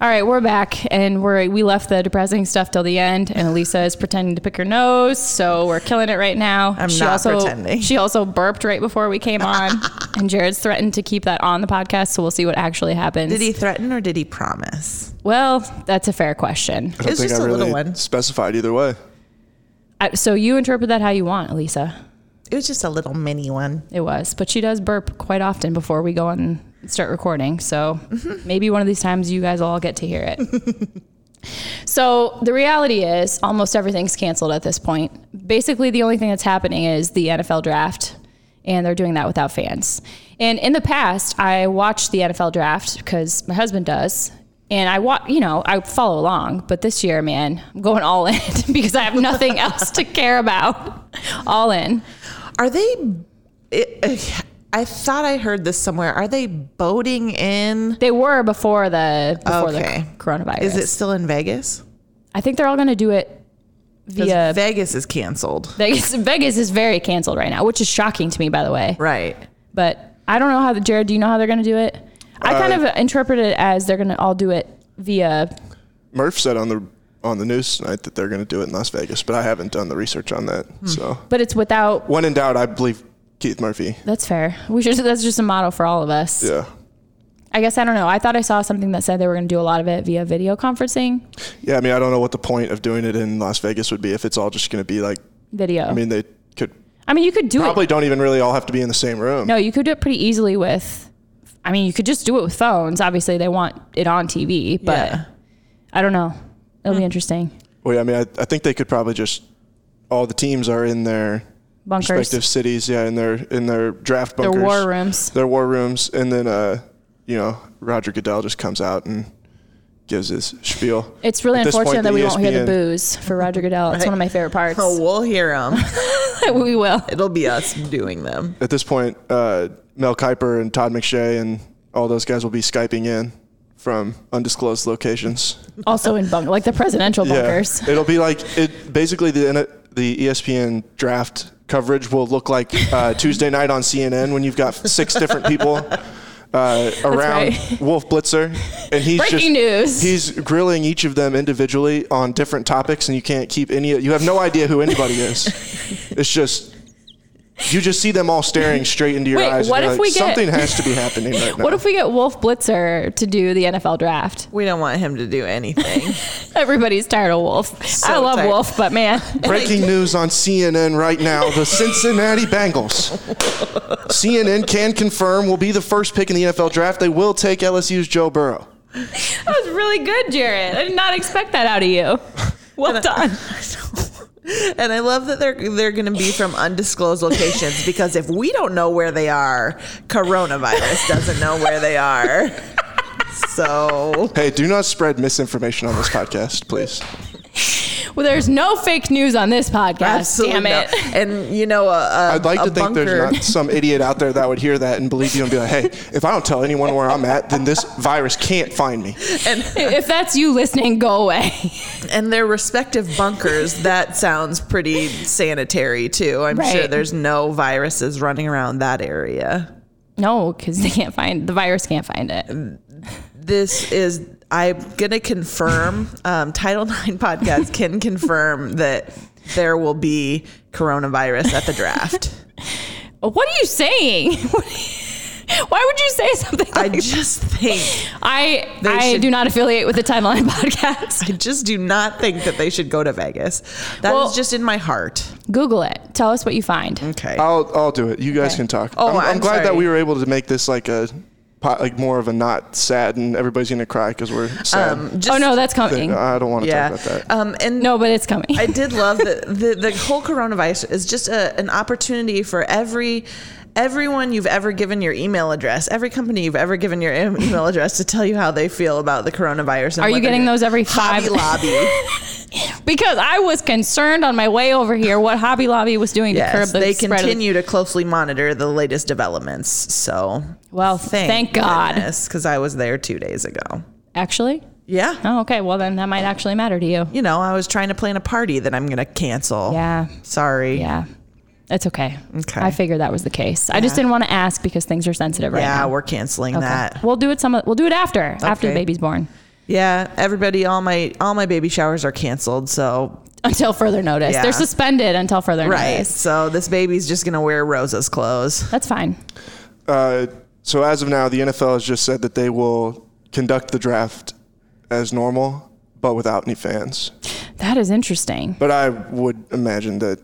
[SPEAKER 1] All right, we're back, and we're we left the depressing stuff till the end, and Elisa is pretending to pick her nose, so we're killing it right now.
[SPEAKER 2] I'm not
[SPEAKER 1] also,
[SPEAKER 2] pretending.
[SPEAKER 1] She also burped right before we came on,
[SPEAKER 2] [laughs]
[SPEAKER 1] and Jared's threatened to keep that on the podcast, so we'll see what actually happens.
[SPEAKER 2] Did he threaten or did he promise?
[SPEAKER 1] Well, that's a fair question.
[SPEAKER 3] I don't
[SPEAKER 2] It's
[SPEAKER 3] think
[SPEAKER 2] just
[SPEAKER 3] I
[SPEAKER 2] a
[SPEAKER 3] really
[SPEAKER 2] little one.
[SPEAKER 3] specified either way.
[SPEAKER 1] I- So you interpret that how you want, Elisa.
[SPEAKER 2] It was just a little mini one.
[SPEAKER 1] It was, but she does burp quite often before we go on and start recording. So maybe one of these times you guys will all get to hear it. so the reality is, almost everything's canceled at this point. Basically, the only thing that's happening is the NFL draft, and they're doing that without fans. And in the past, I watched the NFL draft because my husband does. And I wa you know, I follow along, but this year, man, I'm going all in [laughs] because I have nothing else to care about. All in.
[SPEAKER 2] Are they? It, I thought I heard this somewhere. Are they boating in?
[SPEAKER 1] They were before the before
[SPEAKER 2] Okay.
[SPEAKER 1] the coronavirus.
[SPEAKER 2] Is it still in Vegas?
[SPEAKER 1] I think they're all going to do it
[SPEAKER 2] 'Cause
[SPEAKER 1] via
[SPEAKER 2] Vegas is canceled.
[SPEAKER 1] Vegas. [laughs] Vegas is very canceled right now, which is shocking to me, by the way.
[SPEAKER 2] Right.
[SPEAKER 1] But I don't know how. The, Jared, do you know how they're going to do it? I kind
[SPEAKER 2] Uh,
[SPEAKER 1] of interpret it as they're going to all do it via.
[SPEAKER 3] Murph said on the on the news tonight that they're going to do it in Las Vegas, but I haven't done the research on that.
[SPEAKER 2] Hmm.
[SPEAKER 3] So
[SPEAKER 1] But it's without.
[SPEAKER 3] when in doubt, I believe Keith Murphy.
[SPEAKER 1] That's fair. We should. [laughs] That's just a motto for all of us.
[SPEAKER 3] Yeah,
[SPEAKER 1] I guess I don't know. I thought I saw something that said they were going to do a lot of it via video conferencing.
[SPEAKER 3] yeah. I mean, I don't know what the point of doing it in Las Vegas would be if it's all just going to be like.
[SPEAKER 1] Video.
[SPEAKER 3] I mean, they could
[SPEAKER 1] you could do it.
[SPEAKER 3] probably don't even really all have to be in the same room.
[SPEAKER 1] No, you could do it pretty easily with. I mean, you could just do it with phones. Obviously, they want it on TV, but
[SPEAKER 2] Yeah. Hmm.
[SPEAKER 1] I don't know. It'll be interesting.
[SPEAKER 3] Well, yeah, I mean, I, I think they could probably just all the teams are in their
[SPEAKER 1] Bunkers.
[SPEAKER 3] respective cities, yeah, in their in their draft
[SPEAKER 1] Their
[SPEAKER 3] bunkers,
[SPEAKER 1] war rooms.
[SPEAKER 3] their war rooms, and then uh, you know, Roger Goodell just comes out and gives his spiel.
[SPEAKER 1] It's really
[SPEAKER 3] At this
[SPEAKER 1] unfortunate
[SPEAKER 3] point,
[SPEAKER 1] that
[SPEAKER 3] the E
[SPEAKER 1] we won't hear the
[SPEAKER 3] ESPN
[SPEAKER 1] booze for Roger
[SPEAKER 2] [laughs]
[SPEAKER 1] Goodell. It's one of my favorite parts.
[SPEAKER 2] Oh, we'll hear them.
[SPEAKER 1] [laughs] we will.
[SPEAKER 2] It'll be us doing them.
[SPEAKER 3] At this point, uh, Mel Kiper and Todd McShay and all those guys will be skyping in from undisclosed locations.
[SPEAKER 1] Also in bunk, like the presidential bunkers.
[SPEAKER 3] Yeah, [laughs] it'll be like it. Basically, the N- the E ESPN draft coverage will look like
[SPEAKER 1] [laughs]
[SPEAKER 3] uh, Tuesday night on CNN when you've got six different people uh, around
[SPEAKER 1] right.
[SPEAKER 3] Wolf Blitzer, and he's
[SPEAKER 1] Breaking news.
[SPEAKER 3] just, He's grilling each of them individually on different topics, and you can't keep any. You have no idea who anybody
[SPEAKER 1] [laughs]
[SPEAKER 3] is. It's just. You just see them all staring straight into your
[SPEAKER 1] Wait,
[SPEAKER 3] eyes. and
[SPEAKER 1] what
[SPEAKER 3] you're
[SPEAKER 1] if
[SPEAKER 3] like,
[SPEAKER 1] we get-
[SPEAKER 3] something has to be happening right now?
[SPEAKER 1] [laughs] What if we get Wolf Blitzer to do the NFL
[SPEAKER 2] [laughs]
[SPEAKER 1] draft?
[SPEAKER 2] We don't want him to do [laughs] anything.
[SPEAKER 1] Everybody's tired of Wolf. I love
[SPEAKER 2] tired.
[SPEAKER 1] Wolf, but man,
[SPEAKER 2] [laughs]
[SPEAKER 3] Breaking news on CNN right now the Cincinnati Bengals. CNN can confirm will be the first pick in the NFL draft. They will take LSU's Joe Burrow.
[SPEAKER 2] [laughs]
[SPEAKER 1] that was really good, Jared. I did not expect that out of you. Well done.
[SPEAKER 2] And I love that they're they're going to be from undisclosed locations because if we don't know where they are, coronavirus doesn't know where they are. So
[SPEAKER 3] Hey, do not spread misinformation on this podcast, please.
[SPEAKER 1] Well, there's no fake news on this podcast. Damn
[SPEAKER 2] absolutely
[SPEAKER 1] it.
[SPEAKER 2] no. And you know, a, a,
[SPEAKER 3] I'd like
[SPEAKER 2] a
[SPEAKER 3] to think
[SPEAKER 2] bunker,
[SPEAKER 3] there's not some idiot out there that would hear that and believe you and be like, hey, if I don't tell anyone where I'm at, then this virus can't find me.
[SPEAKER 1] [laughs] If that's you listening, go away.
[SPEAKER 2] [laughs] and their respective bunkers. That sounds pretty sanitary too. I'm sure
[SPEAKER 1] Right.
[SPEAKER 2] there's no viruses running around that area.
[SPEAKER 1] No, because they can't find the virus. Can't find it.
[SPEAKER 2] this is i'm gonna confirm um, title ix
[SPEAKER 1] [laughs]
[SPEAKER 2] podcast can confirm that there will be coronavirus at the draft
[SPEAKER 1] What are you saying? [laughs] Why would you say something? [laughs]
[SPEAKER 2] i
[SPEAKER 1] Like
[SPEAKER 2] just think
[SPEAKER 1] I
[SPEAKER 2] They
[SPEAKER 1] I
[SPEAKER 2] should-
[SPEAKER 1] do not affiliate with the Timeline [laughs] podcast.
[SPEAKER 2] i just do not think that they should go to vegas That is
[SPEAKER 1] Well-
[SPEAKER 2] just in my heart
[SPEAKER 1] Google it. Tell us what you find.
[SPEAKER 2] okay
[SPEAKER 3] I'll, I'll do it. You guys
[SPEAKER 1] Okay.
[SPEAKER 3] can talk.
[SPEAKER 2] Oh,
[SPEAKER 3] I'm, I'm
[SPEAKER 2] I'm
[SPEAKER 3] glad that
[SPEAKER 2] sorry.
[SPEAKER 3] we were able to make this like a, po- like more of a not sad and everybody's going to cry because we're sad.
[SPEAKER 2] just,
[SPEAKER 1] Oh no, that's coming.
[SPEAKER 3] I don't want to
[SPEAKER 2] Um, yeah
[SPEAKER 3] talk about that.
[SPEAKER 2] um and
[SPEAKER 1] No, but it's coming.
[SPEAKER 2] I did love that the, the whole coronavirus is just a, an opportunity for every everyone you've ever given your email address, every company you've ever given your em- email address to tell you how they feel about the coronavirus.
[SPEAKER 1] [laughs]
[SPEAKER 2] And
[SPEAKER 1] Are you
[SPEAKER 2] what they're
[SPEAKER 1] getting
[SPEAKER 2] doing.
[SPEAKER 1] those every five-
[SPEAKER 2] Hobby Lobby?
[SPEAKER 1] because I was concerned on my way over here what Hobby Lobby was doing to curb
[SPEAKER 2] [laughs] yes,
[SPEAKER 1] the
[SPEAKER 2] they
[SPEAKER 1] spread. of the-
[SPEAKER 2] continue to closely monitor the latest developments. So,
[SPEAKER 1] Well, thank God.
[SPEAKER 2] because I was there two days ago.
[SPEAKER 1] actually,
[SPEAKER 2] Yeah,
[SPEAKER 1] oh okay. Well, then that might actually matter to you.
[SPEAKER 2] you know, I was trying to plan a party that I'm going to cancel.
[SPEAKER 1] Yeah,
[SPEAKER 2] Sorry.
[SPEAKER 1] yeah. It's okay.
[SPEAKER 2] Okay.
[SPEAKER 1] I figured that was the case. I just didn't want to ask because things are sensitive right
[SPEAKER 2] Yeah,
[SPEAKER 1] now.
[SPEAKER 2] we're canceling
[SPEAKER 1] Okay.
[SPEAKER 2] that.
[SPEAKER 1] We'll do it some we'll do it after after the
[SPEAKER 2] Okay.
[SPEAKER 1] baby's born
[SPEAKER 2] Yeah, everybody, all my all my baby showers are canceled. So
[SPEAKER 1] until further notice.
[SPEAKER 2] Yeah.
[SPEAKER 1] They're suspended until further
[SPEAKER 2] right,
[SPEAKER 1] notice.
[SPEAKER 2] so this baby's just gonna wear Rosa's clothes.
[SPEAKER 1] That's fine.
[SPEAKER 3] Uh, so as of now, the NFL has just said that they will conduct the draft as normal, but without any fans.
[SPEAKER 1] That is interesting.
[SPEAKER 3] But I would imagine that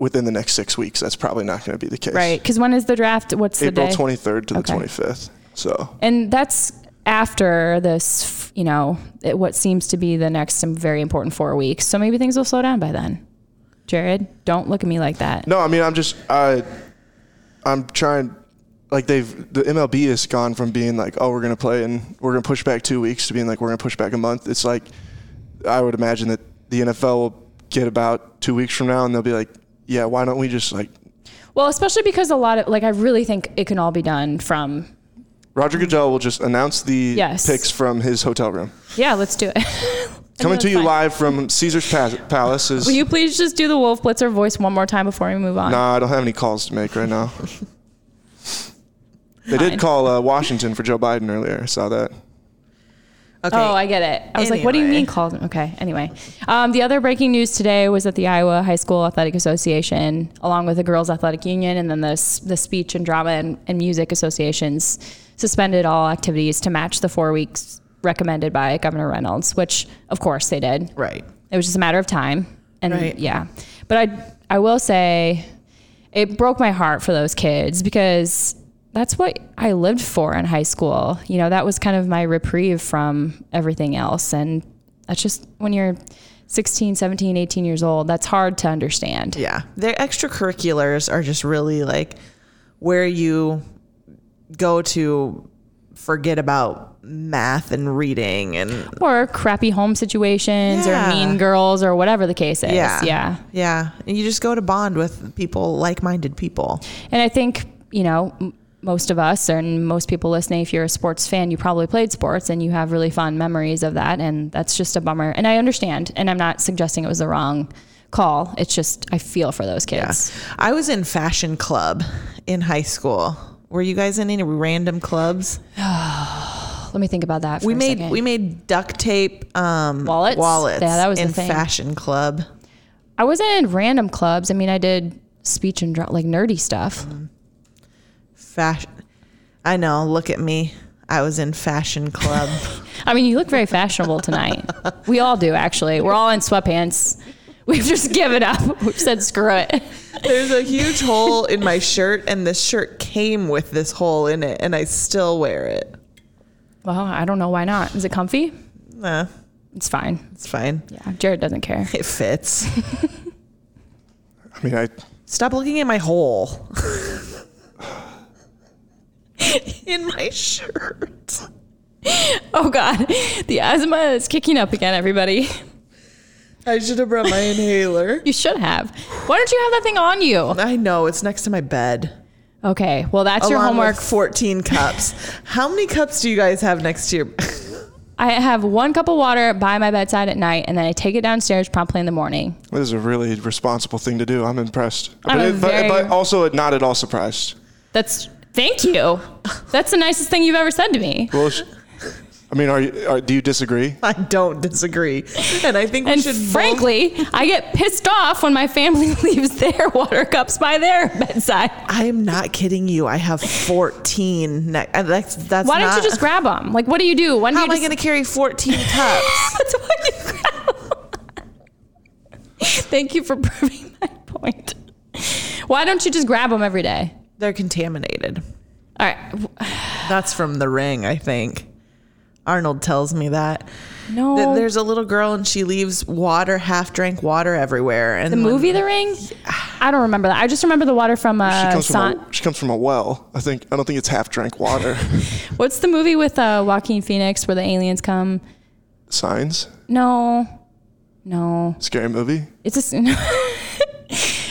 [SPEAKER 3] within the next six weeks, that's probably not going to be the case.
[SPEAKER 1] Right. Cuz when is the draft? What's
[SPEAKER 3] April
[SPEAKER 1] the day?
[SPEAKER 3] 23rd to the
[SPEAKER 1] Okay.
[SPEAKER 3] 25th. So
[SPEAKER 1] And that's after this, you know, it, what seems to be the next some very important 4 weeks. So maybe things will slow down by then. Jared, don't look at me like that.
[SPEAKER 3] no, I mean, I'm just uh, I'm trying. Like they've the MLB has gone from being like, oh, we're going to play and we're going to push back two weeks to being like, we're going to push back a month. It's like I would imagine that the NFL will get about two weeks from now and they'll be like, yeah, why don't we just like
[SPEAKER 1] Well, especially because a lot of like I really think it can all be done from
[SPEAKER 3] Roger Goodell will just announce the
[SPEAKER 1] Mm-hmm. Yes.
[SPEAKER 3] picks from his hotel room.
[SPEAKER 1] Yeah, let's do it. [laughs]
[SPEAKER 3] Coming
[SPEAKER 1] that's
[SPEAKER 3] to you
[SPEAKER 1] fine.
[SPEAKER 3] live from Caesar's pa- Palace is.
[SPEAKER 1] Will you please just do the Wolf Blitzer voice one more time before we move on?
[SPEAKER 3] Nah, I don't have any calls to make
[SPEAKER 1] [laughs]
[SPEAKER 3] right now. they did
[SPEAKER 1] Fine.
[SPEAKER 3] call uh, Washington for Joe Biden earlier. I saw that.
[SPEAKER 2] Okay.
[SPEAKER 1] Oh, I get it. I was like, what do you
[SPEAKER 2] Anyway.
[SPEAKER 1] mean called? Okay. Anyway, um, the other breaking news today was that the Iowa High School Athletic Association, along with the Girls Athletic Union, and then the, s- the Speech and Drama and, and Music Associations, suspended all activities to match the four weeks recommended by Governor Reynolds, which, of course, they did.
[SPEAKER 2] right.
[SPEAKER 1] It was just a matter of time. And
[SPEAKER 2] Right.
[SPEAKER 1] yeah. But I I will say it broke my heart for those kids because that's what I lived for in high school. You know, that was kind of my reprieve from everything else and that's just when you're 16, 17, 18 years old, that's hard to understand.
[SPEAKER 2] Yeah. Their extracurriculars are just really like where you go to forget about math and reading and
[SPEAKER 1] Or crappy home situations
[SPEAKER 2] Yeah.
[SPEAKER 1] or mean girls or whatever the case is.
[SPEAKER 2] yeah.
[SPEAKER 1] yeah.
[SPEAKER 2] Yeah. And you just go to bond with people, like minded people.
[SPEAKER 1] And I think, you know, m- most of us and most people listening, if you're a sports fan, you probably played sports and you have really fond memories of that. And that's just a bummer. And I understand. And I'm not suggesting it was the wrong call. It's just, I feel for those kids.
[SPEAKER 2] I was in fashion club in high school. Were you guys in any random clubs?
[SPEAKER 1] Let me think about that. For
[SPEAKER 2] We
[SPEAKER 1] a
[SPEAKER 2] made
[SPEAKER 1] second.
[SPEAKER 2] we made duct tape um,
[SPEAKER 1] Wallets?
[SPEAKER 2] Wallets.
[SPEAKER 1] Yeah, that was the
[SPEAKER 2] in
[SPEAKER 1] thing.
[SPEAKER 2] fashion club.
[SPEAKER 1] I wasn't in random clubs. I mean, I did speech and dra- like nerdy stuff.
[SPEAKER 2] Fashion. I know. Look at me. I was in fashion club.
[SPEAKER 1] I mean, you look very fashionable
[SPEAKER 2] [laughs]
[SPEAKER 1] tonight. we all do, actually. We're all in sweatpants. We've just given up. We've said screw it.
[SPEAKER 2] There's a huge hole in my shirt, and this shirt came with this hole in it, and I still wear it.
[SPEAKER 1] Well, I don't know why not. Is it comfy?
[SPEAKER 2] Nah.
[SPEAKER 1] It's fine.
[SPEAKER 2] It's fine.
[SPEAKER 1] Yeah, Jared doesn't
[SPEAKER 2] [laughs]
[SPEAKER 1] care.
[SPEAKER 2] It fits.
[SPEAKER 3] I mean, I
[SPEAKER 2] Stop looking at my hole. [laughs] In my shirt.
[SPEAKER 1] Oh God, the asthma is kicking up again. Everybody,
[SPEAKER 2] I should have brought my inhaler.
[SPEAKER 1] you should have. Why don't you have that thing on you?
[SPEAKER 2] I know, it's next to my bed.
[SPEAKER 1] Okay, well that's your
[SPEAKER 2] Along with
[SPEAKER 1] homework.
[SPEAKER 2] 14 cups. How many cups do you guys have next to your [laughs]
[SPEAKER 1] I have one cup of water by my bedside at night, and then I take it downstairs promptly in the morning.
[SPEAKER 3] this is a really responsible thing to do. I'm impressed,
[SPEAKER 1] I'm
[SPEAKER 3] but,
[SPEAKER 1] a
[SPEAKER 3] it, but,
[SPEAKER 1] very-
[SPEAKER 3] but also not at all surprised.
[SPEAKER 1] That's thank you. That's the nicest thing you've ever said to me.
[SPEAKER 3] Well, sh- I mean, are you? Are, do you disagree?
[SPEAKER 2] I don't disagree. And I think we
[SPEAKER 1] And
[SPEAKER 2] should both-
[SPEAKER 1] frankly, I get pissed off when my family [laughs] leaves their water cups by their bedside.
[SPEAKER 2] I am not kidding you. I have 14 ne- and that's that's
[SPEAKER 1] Why don't
[SPEAKER 2] not-
[SPEAKER 1] you just grab them? Like, what do you do? When do
[SPEAKER 2] How am
[SPEAKER 1] you
[SPEAKER 2] I going to
[SPEAKER 1] [laughs]
[SPEAKER 2] carry 14 cups?
[SPEAKER 1] That's why you grab 'em. Thank you for proving my point. Why don't you just grab them every day?
[SPEAKER 2] They're contaminated.
[SPEAKER 1] All right.
[SPEAKER 2] That's from The Ring, I think. Arnold tells me that.
[SPEAKER 1] No.
[SPEAKER 2] That there's a little girl and she leaves water, half drank water everywhere. And
[SPEAKER 1] the movie The Ring? I don't remember that. I just remember the water from
[SPEAKER 3] She
[SPEAKER 1] uh,
[SPEAKER 3] comes from
[SPEAKER 1] Son-
[SPEAKER 3] a, she comes from a well. I think I don't think it's half drank water. [laughs]
[SPEAKER 1] What's the movie with uh, Joaquin Phoenix where the aliens come?
[SPEAKER 3] Signs,
[SPEAKER 1] No. No.
[SPEAKER 3] scary movie.
[SPEAKER 1] It's just. [laughs]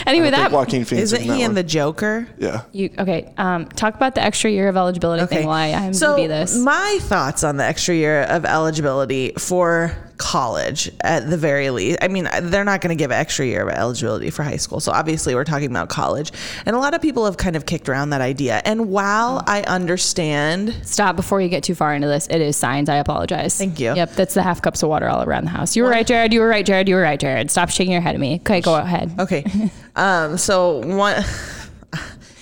[SPEAKER 1] anyway,
[SPEAKER 3] I
[SPEAKER 1] that.
[SPEAKER 3] think Joaquin Phoenix.
[SPEAKER 2] Isn't
[SPEAKER 3] in that
[SPEAKER 2] he in
[SPEAKER 3] one.
[SPEAKER 2] the Joker?
[SPEAKER 3] Yeah.
[SPEAKER 1] You okay? Um, talk about the extra year of eligibility thing. Why I'm
[SPEAKER 2] so
[SPEAKER 1] gonna be this?
[SPEAKER 2] My thoughts on the extra year of eligibility for college, at the very least. I mean, they're not going to give an extra year of eligibility for high school. So obviously, we're talking about college, and a lot of people have kind of kicked around that idea. And
[SPEAKER 1] Mm.
[SPEAKER 2] while I understand
[SPEAKER 1] Stop before you get too far into this. It is signs. I apologize.
[SPEAKER 2] Thank you.
[SPEAKER 1] Yep, that's the half cups of water all around the house. You were right, Jared. You were right, Jared. You were right, Jared. Stop shaking your head at me. Okay, go ahead.
[SPEAKER 2] Okay. Um, so one.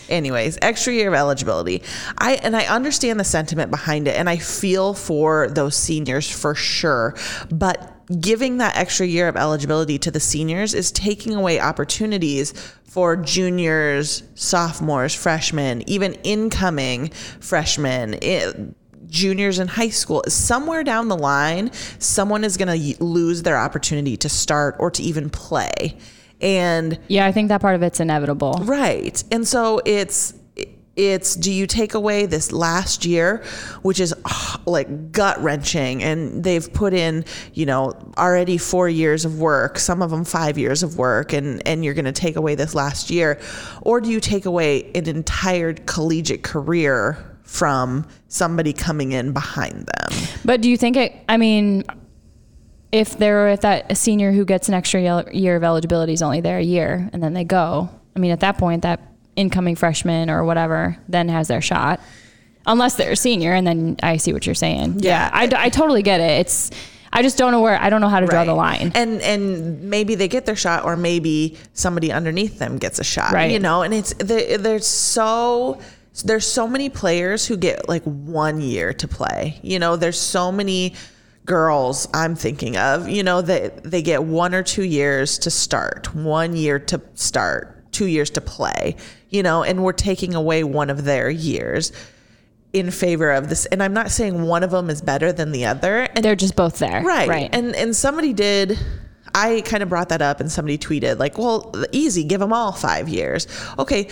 [SPEAKER 2] Anyways, extra year of eligibility. I and I understand the sentiment behind it, and I feel for those seniors for sure. But giving that extra year of eligibility to the seniors is taking away opportunities for juniors, sophomores, freshmen, even incoming freshmen. It, juniors in high school somewhere down the line someone is going to lose their opportunity to start or to even play and
[SPEAKER 1] Yeah, I think that part of it's inevitable.
[SPEAKER 2] right and so it's it's do you take away this last year which is ah, like gut wrenching and they've put in you know already 4 years of work some of them 5 years of work and and you're going to take away this last year or do you take away an entire collegiate career from somebody coming in behind them
[SPEAKER 1] But do you think it? I mean, if there if that a senior who gets an extra yel- year of eligibility is only there a year and then they go, I mean, at that point, that incoming freshman or whatever then has their shot, unless they're a senior, and then I see what you're saying.
[SPEAKER 2] Yeah.
[SPEAKER 1] I, d- I totally get it. It's I just don't know where I don't know how to draw the
[SPEAKER 2] Right.
[SPEAKER 1] line.
[SPEAKER 2] And and maybe they get their shot, or maybe somebody underneath them gets a shot.
[SPEAKER 1] Right.
[SPEAKER 2] You know, and it's they- they're so. There's so many players who get like one year to play. You know, there's so many girls I'm thinking of, you know, that they get one or two years to start, one year to start, two years to play, you know, and we're taking away one of their years in favor of this. And I'm not saying one of them is better than the other. And
[SPEAKER 1] They're just both there.
[SPEAKER 2] right
[SPEAKER 1] Right.
[SPEAKER 2] and and somebody did i kind of brought that up and somebody tweeted like well easy give them all five years okay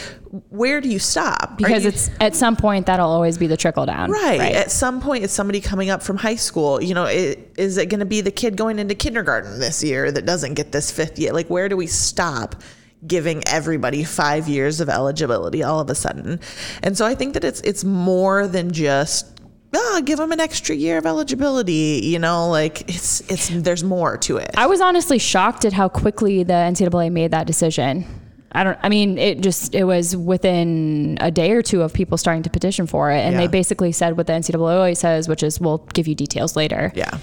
[SPEAKER 2] where do you stop Are
[SPEAKER 1] because
[SPEAKER 2] you-
[SPEAKER 1] it's at some point that'll always be the trickle down.
[SPEAKER 2] Right. At some point, it's somebody coming up from high school. You know, it, is it going to be the kid going into kindergarten this year that doesn't get this fifth year? Like, where do we stop giving everybody five years of eligibility all of a sudden? And so I think that it's it's more than just. Ah, give them an extra year of eligibility. You know, like it's it's there's more to it.
[SPEAKER 1] I was honestly shocked at how quickly the NCAA made that decision. I don't. I mean, it just it was within a day or two of people starting to petition for it, and
[SPEAKER 2] Yeah.
[SPEAKER 1] they basically said what the NCAA always says, which is we'll give you details later.
[SPEAKER 2] yeah,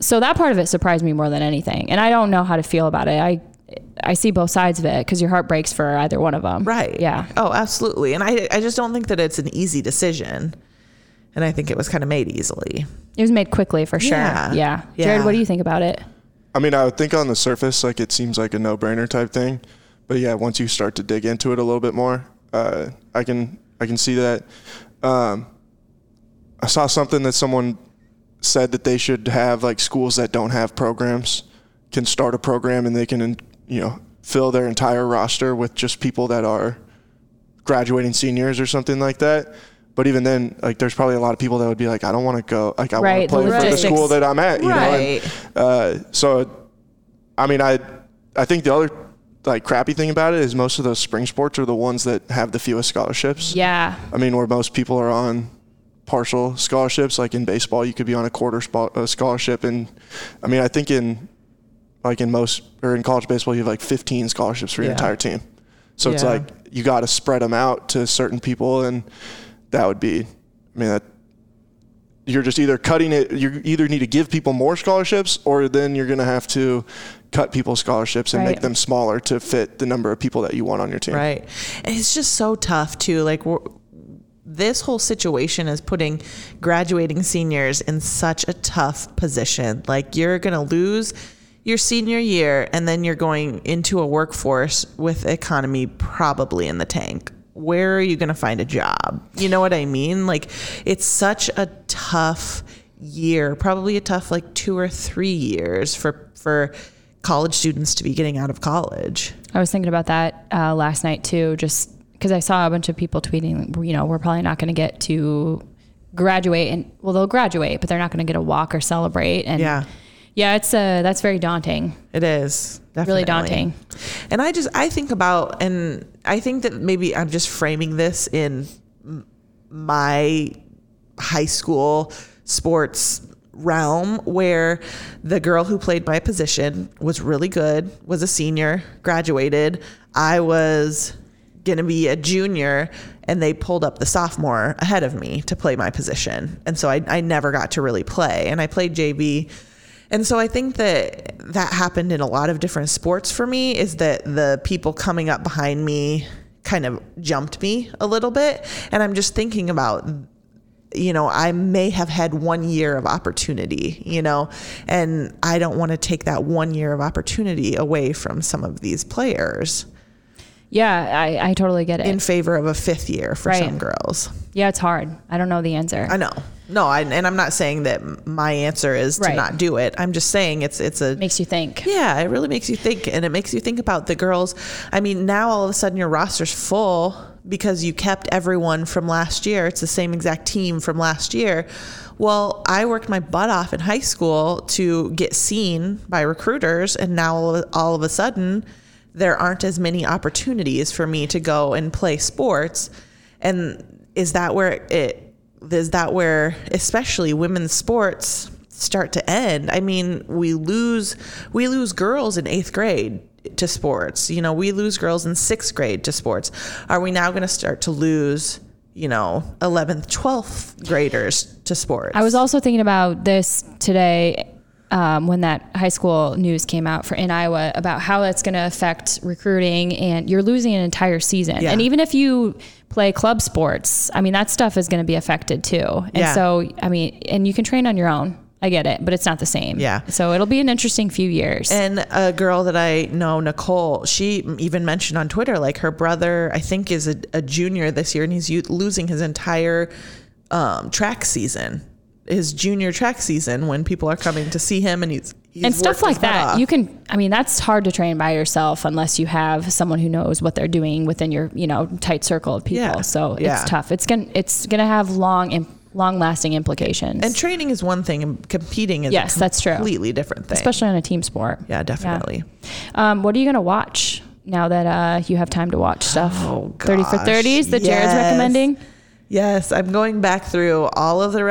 [SPEAKER 1] So that part of it surprised me more than anything, and I don't know how to feel about it. I I see both sides of it because your heart breaks for either one of them.
[SPEAKER 2] right.
[SPEAKER 1] Yeah.
[SPEAKER 2] Oh, absolutely. And I I just don't think that it's an easy decision. And I think it was kind of made easily.
[SPEAKER 1] It was made quickly for sure.
[SPEAKER 2] Yeah.
[SPEAKER 1] Yeah.
[SPEAKER 2] Yeah.
[SPEAKER 1] Jared, what do you think about it?
[SPEAKER 3] I mean, I would think on the surface, like it seems like a no-brainer type thing, but yeah, once you start to dig into it a little bit more, uh, I can I can see that. Um, I saw something that someone said that they should have like schools that don't have programs can start a program and they can you know fill their entire roster with just people that are graduating seniors or something like that. But even then, like there's probably a lot of people that would be like, I don't want to go. Like I
[SPEAKER 1] Right, the
[SPEAKER 3] want to play for the
[SPEAKER 1] logistics.
[SPEAKER 3] school that I'm at. You
[SPEAKER 2] Right.
[SPEAKER 3] know. And, uh, so, I mean, I I think the other like crappy thing about it is most of those spring sports are the ones that have the fewest scholarships.
[SPEAKER 1] Yeah.
[SPEAKER 3] I mean, where most people are on partial scholarships, like in baseball, you could be on a quarter spo- uh, scholarship. And I mean, I think in like in most or in college baseball, you have like 15 scholarships for your
[SPEAKER 2] Yeah.
[SPEAKER 3] entire team. So it's
[SPEAKER 2] Yeah.
[SPEAKER 3] like you got to spread them out to certain people, and that would be. I mean, that you're just either cutting it. You either need to give people more scholarships, or then you're going to have to cut people's scholarships and
[SPEAKER 1] Right.
[SPEAKER 3] make them smaller to fit the number of people that you want on your team.
[SPEAKER 2] Right. And it's just so tough too. Like we're, this whole situation is putting graduating seniors in such a tough position. Like you're going to lose your senior year and then you're going into a workforce with economy probably in the tank. Where are you going to find a job? You know what I mean? Like it's such a tough year, probably a tough like 2 or 3 years for for college students to be getting out of college.
[SPEAKER 1] I was thinking about that uh, last night too, just because I saw a bunch of people tweeting, you know, we're probably not going to get to graduate, and well, they'll graduate, but they're not going to get to walk or celebrate, and
[SPEAKER 2] Yeah.
[SPEAKER 1] yeah, it's uh, that's very daunting,
[SPEAKER 2] It is definitely.
[SPEAKER 1] really daunting.
[SPEAKER 2] And I just I think about and I think that maybe I'm just framing this in m- my high school sports realm where the girl who played my position was really good, was a senior, graduated. I was going to be a junior and they pulled up the sophomore ahead of me to play my position. And so I, I never got to really play. And I played JV and so I think that that happened in a lot of different sports for me is that the people coming up behind me kind of jumped me a little bit. And I'm just thinking about, you know, I may have had one year of opportunity, you know, and I don't want to take that one year of opportunity away from some of these players
[SPEAKER 1] Yeah, I, I totally get it.
[SPEAKER 2] in favor of a fifth year for
[SPEAKER 1] Right.
[SPEAKER 2] some girls.
[SPEAKER 1] yeah, it's hard. I don't know the answer.
[SPEAKER 2] I know. No, I, and I'm not saying that my answer is to
[SPEAKER 1] Right.
[SPEAKER 2] not do it. I'm just saying it's it's a
[SPEAKER 1] Makes you think.
[SPEAKER 2] Yeah, it really makes you think, and it makes you think about the girls. I mean, now all of a sudden your roster's full because you kept everyone from last year. It's the same exact team from last year. Well, I worked my butt off in high school to get seen by recruiters, and now all of a sudden there aren't as many opportunities for me to go and play sports. And is that where it is that where especially women's sports start to end? I mean, we lose we lose girls in 8th grade to sports. You know, we lose girls in 6th grade to sports. Are we now going to start to lose, you know, 11th, 12th graders to sports?
[SPEAKER 1] I was also thinking about this today um, when that high school news came out for in Iowa about how that's going to affect recruiting, and you're losing an entire season.
[SPEAKER 2] Yeah.
[SPEAKER 1] And even if you play club sports, I mean that stuff is going to be affected too. And
[SPEAKER 2] Yeah.
[SPEAKER 1] so, I mean, and you can train on your own. I get it, but it's not the same.
[SPEAKER 2] Yeah.
[SPEAKER 1] So it'll be an interesting few years.
[SPEAKER 2] And a girl that I know, Nicole, she even mentioned on Twitter, like her brother, I think, is a, a junior this year, and he's u- losing his entire um, track season, his junior track season, when people are coming to see him, and he's, he's
[SPEAKER 1] and stuff
[SPEAKER 2] worked his
[SPEAKER 1] like
[SPEAKER 2] butt
[SPEAKER 1] that
[SPEAKER 2] off.
[SPEAKER 1] you can i mean that's hard to train by yourself unless you have someone who knows what they're doing within your you know tight circle of people
[SPEAKER 2] Yeah.
[SPEAKER 1] so
[SPEAKER 2] Yeah.
[SPEAKER 1] it's tough it's gonna it's gonna have long imp- long lasting implications
[SPEAKER 2] and training is one thing, and competing is
[SPEAKER 1] Yes,
[SPEAKER 2] a
[SPEAKER 1] that's true.
[SPEAKER 2] completely different thing.
[SPEAKER 1] especially on a team sport
[SPEAKER 2] yeah, definitely.
[SPEAKER 1] um, what are you gonna watch now that uh, you have time to watch stuff oh, 30 for
[SPEAKER 2] gosh,
[SPEAKER 1] 30s that jared's
[SPEAKER 2] yes.
[SPEAKER 1] recommending
[SPEAKER 2] Yes, I'm going back through all of the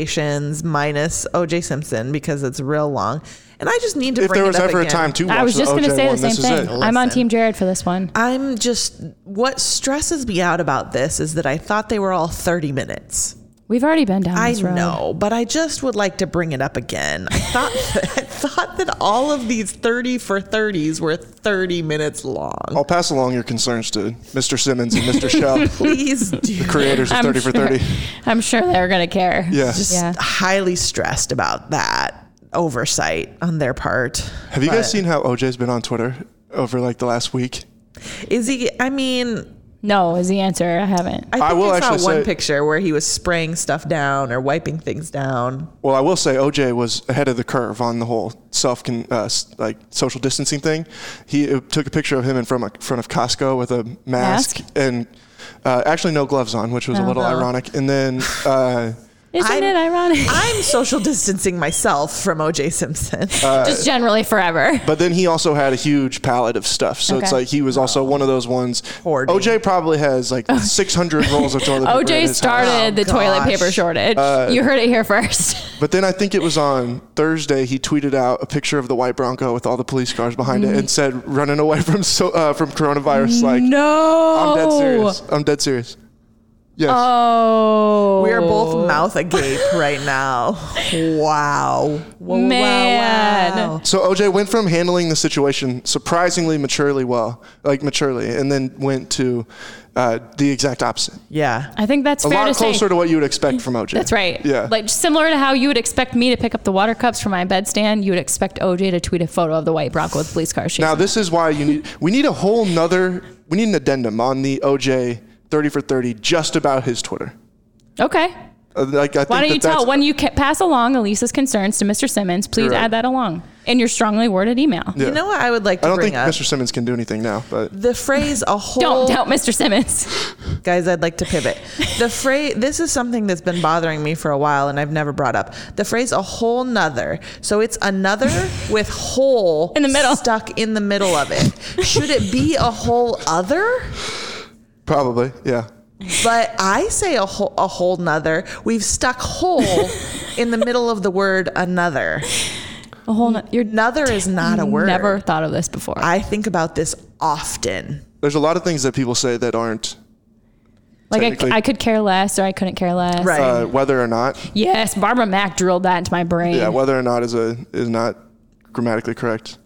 [SPEAKER 2] recommendations minus OJ Simpson because it's real long, and I just need to.
[SPEAKER 3] If
[SPEAKER 2] bring
[SPEAKER 3] there
[SPEAKER 2] it
[SPEAKER 3] was
[SPEAKER 2] up
[SPEAKER 3] ever
[SPEAKER 2] again.
[SPEAKER 3] a time to watch
[SPEAKER 1] i was
[SPEAKER 3] the
[SPEAKER 1] just gonna
[SPEAKER 3] OJ
[SPEAKER 1] say
[SPEAKER 3] one,
[SPEAKER 1] the same
[SPEAKER 3] this is
[SPEAKER 1] thing
[SPEAKER 3] it.
[SPEAKER 1] i'm on
[SPEAKER 2] Listen.
[SPEAKER 1] team jared for this one
[SPEAKER 2] I'm just what stresses me out about this is that I thought they were all 30 minutes.
[SPEAKER 1] we've already been down
[SPEAKER 2] I
[SPEAKER 1] this road
[SPEAKER 2] know, but I just would like to bring it up again. I thought [laughs] that, I thought that all of these 30 for 30s were 30 minutes long.
[SPEAKER 3] I'll pass along your concerns to Mr. Simmons and Mr. [laughs] Shell,
[SPEAKER 2] Please do.
[SPEAKER 3] creators of
[SPEAKER 1] I'm
[SPEAKER 3] 30 for
[SPEAKER 1] sure-
[SPEAKER 3] 30.
[SPEAKER 1] i'm sure they're gonna care
[SPEAKER 3] Yeah.
[SPEAKER 2] Just
[SPEAKER 1] Yeah.
[SPEAKER 2] highly stressed about that oversight on their part.
[SPEAKER 3] Have you
[SPEAKER 2] But
[SPEAKER 3] guys seen how OJ's been on Twitter over like the last week?
[SPEAKER 2] Is he I mean
[SPEAKER 1] No is the answer. I haven't.
[SPEAKER 2] I think I,
[SPEAKER 3] will
[SPEAKER 2] saw
[SPEAKER 3] actually
[SPEAKER 2] one
[SPEAKER 3] say-
[SPEAKER 2] picture where he was spraying stuff down or wiping things down.
[SPEAKER 3] Well, I will say OJ was ahead of the curve on the whole self con- uh, s- like social distancing thing. He uh, took a picture of him in front of, front of Costco with a
[SPEAKER 1] Mask?
[SPEAKER 3] mask,
[SPEAKER 1] Oh,
[SPEAKER 3] and uh, actually no gloves on, which was a little ironic. And then uh,
[SPEAKER 1] Isn't
[SPEAKER 2] I'm-
[SPEAKER 1] it ironic?
[SPEAKER 2] I'm social distancing myself from OJ Simpson. [laughs]
[SPEAKER 1] Just generally [laughs] forever.
[SPEAKER 3] But then he also had a huge pallet of stuff. So it's
[SPEAKER 1] Okay.
[SPEAKER 3] like he was also one of those ones.
[SPEAKER 2] Hoarding.
[SPEAKER 3] OJ probably has
[SPEAKER 1] [laughs]
[SPEAKER 3] like 600 rolls of toilet paper. in
[SPEAKER 1] OJ
[SPEAKER 3] his house.
[SPEAKER 1] started the
[SPEAKER 2] Oh,
[SPEAKER 1] toilet
[SPEAKER 2] gosh.
[SPEAKER 1] paper shortage. you heard it here first. [laughs]
[SPEAKER 3] But then I think it was on Thursday he tweeted out a picture of the white Bronco with all the police cars behind it and said running away from so, uh, from coronavirus like
[SPEAKER 1] Mm. no.
[SPEAKER 3] I'm dead serious. I'm dead serious. Yes.
[SPEAKER 1] Oh.
[SPEAKER 2] We are both mouth
[SPEAKER 1] [laughs]
[SPEAKER 2] agape right now. Wow. Wow,
[SPEAKER 1] Man.
[SPEAKER 2] Wow, wow.
[SPEAKER 3] So OJ went from handling the situation surprisingly maturely well, like maturely, and then went to uh, the exact opposite.
[SPEAKER 2] Yeah.
[SPEAKER 1] I think that's
[SPEAKER 3] A
[SPEAKER 1] fair
[SPEAKER 3] lot
[SPEAKER 1] to say.
[SPEAKER 3] closer to what you would expect from OJ.
[SPEAKER 1] That's right.
[SPEAKER 3] Yeah.
[SPEAKER 1] Like similar to how you would expect me to pick up the water cups from my bedstand, you would expect OJ to tweet a photo of the white Bronco with police car
[SPEAKER 3] Now
[SPEAKER 1] chasing.
[SPEAKER 3] this is why you need we need a whole nother we need an addendum on the OJ thirty for thirty just about his Twitter.
[SPEAKER 1] okay.
[SPEAKER 3] Uh, Like I think
[SPEAKER 1] Why don't
[SPEAKER 3] that
[SPEAKER 1] you tell
[SPEAKER 3] that's-
[SPEAKER 1] when you ca- pass along Elisa's concerns to Mr. Simmons? Please
[SPEAKER 3] You're right.
[SPEAKER 1] add that along in your strongly worded email.
[SPEAKER 3] Yeah.
[SPEAKER 2] You know what I would like to
[SPEAKER 3] I don't
[SPEAKER 2] bring
[SPEAKER 3] think
[SPEAKER 2] up?
[SPEAKER 3] Mr. Simmons can do anything now, but
[SPEAKER 2] the phrase a
[SPEAKER 1] [laughs]
[SPEAKER 2] whole
[SPEAKER 1] Don't doubt Mr. Simmons.
[SPEAKER 2] guys i'd like to pivot the phrase this is something that's been bothering me for a while and i've never brought up the phrase a whole nother so it's
[SPEAKER 1] [laughs]
[SPEAKER 2] another with whole
[SPEAKER 1] In the middle.
[SPEAKER 2] stuck in the middle of it should it be a whole other
[SPEAKER 3] probably yeah.
[SPEAKER 2] but i say a whole a whole nother we've
[SPEAKER 1] [laughs]
[SPEAKER 2] stuck whole in the middle of the word another
[SPEAKER 1] A whole no- you're
[SPEAKER 2] another is not a word
[SPEAKER 1] never thought of this before.
[SPEAKER 2] i think about this often
[SPEAKER 3] There's a lot of things that people say that aren't
[SPEAKER 1] like I,
[SPEAKER 3] technically-
[SPEAKER 1] I could care less or I couldn't care less.
[SPEAKER 2] right
[SPEAKER 3] uh, whether or not
[SPEAKER 1] Yes, Barbara Mack drilled that into my brain.
[SPEAKER 3] yeah whether or not is a is not grammatically correct.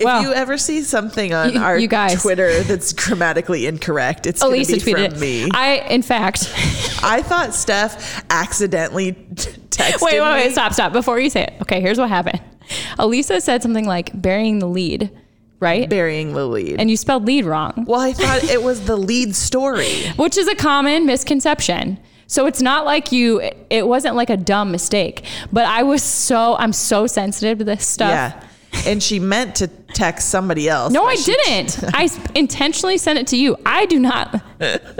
[SPEAKER 2] If
[SPEAKER 1] Wow.
[SPEAKER 2] you ever see something on
[SPEAKER 1] You-
[SPEAKER 2] our
[SPEAKER 1] you guys.
[SPEAKER 2] Twitter that's grammatically incorrect, it's going to
[SPEAKER 1] Elisa
[SPEAKER 2] be from
[SPEAKER 1] tweeted it.
[SPEAKER 2] me. I,
[SPEAKER 1] I, in fact, [laughs]
[SPEAKER 2] thought Steph accidentally [laughs] t- texted
[SPEAKER 1] wait, wait,
[SPEAKER 2] me.
[SPEAKER 1] wait, stop, stop. Before you say it, okay, here's what happened. Elisa said something like burying the lead, right?
[SPEAKER 2] Burying the lead.
[SPEAKER 1] and you spelled lead wrong,
[SPEAKER 2] well, I thought it was the
[SPEAKER 1] [laughs]
[SPEAKER 2] lead story.
[SPEAKER 1] which is a common misconception. So it's not like you, it wasn't like a dumb mistake, but I was so, I'm so sensitive to this stuff.
[SPEAKER 2] Yeah. And she meant to text somebody else.
[SPEAKER 1] No, I
[SPEAKER 2] but she-
[SPEAKER 1] didn't. I s- intentionally sent it to you. I do not. [laughs]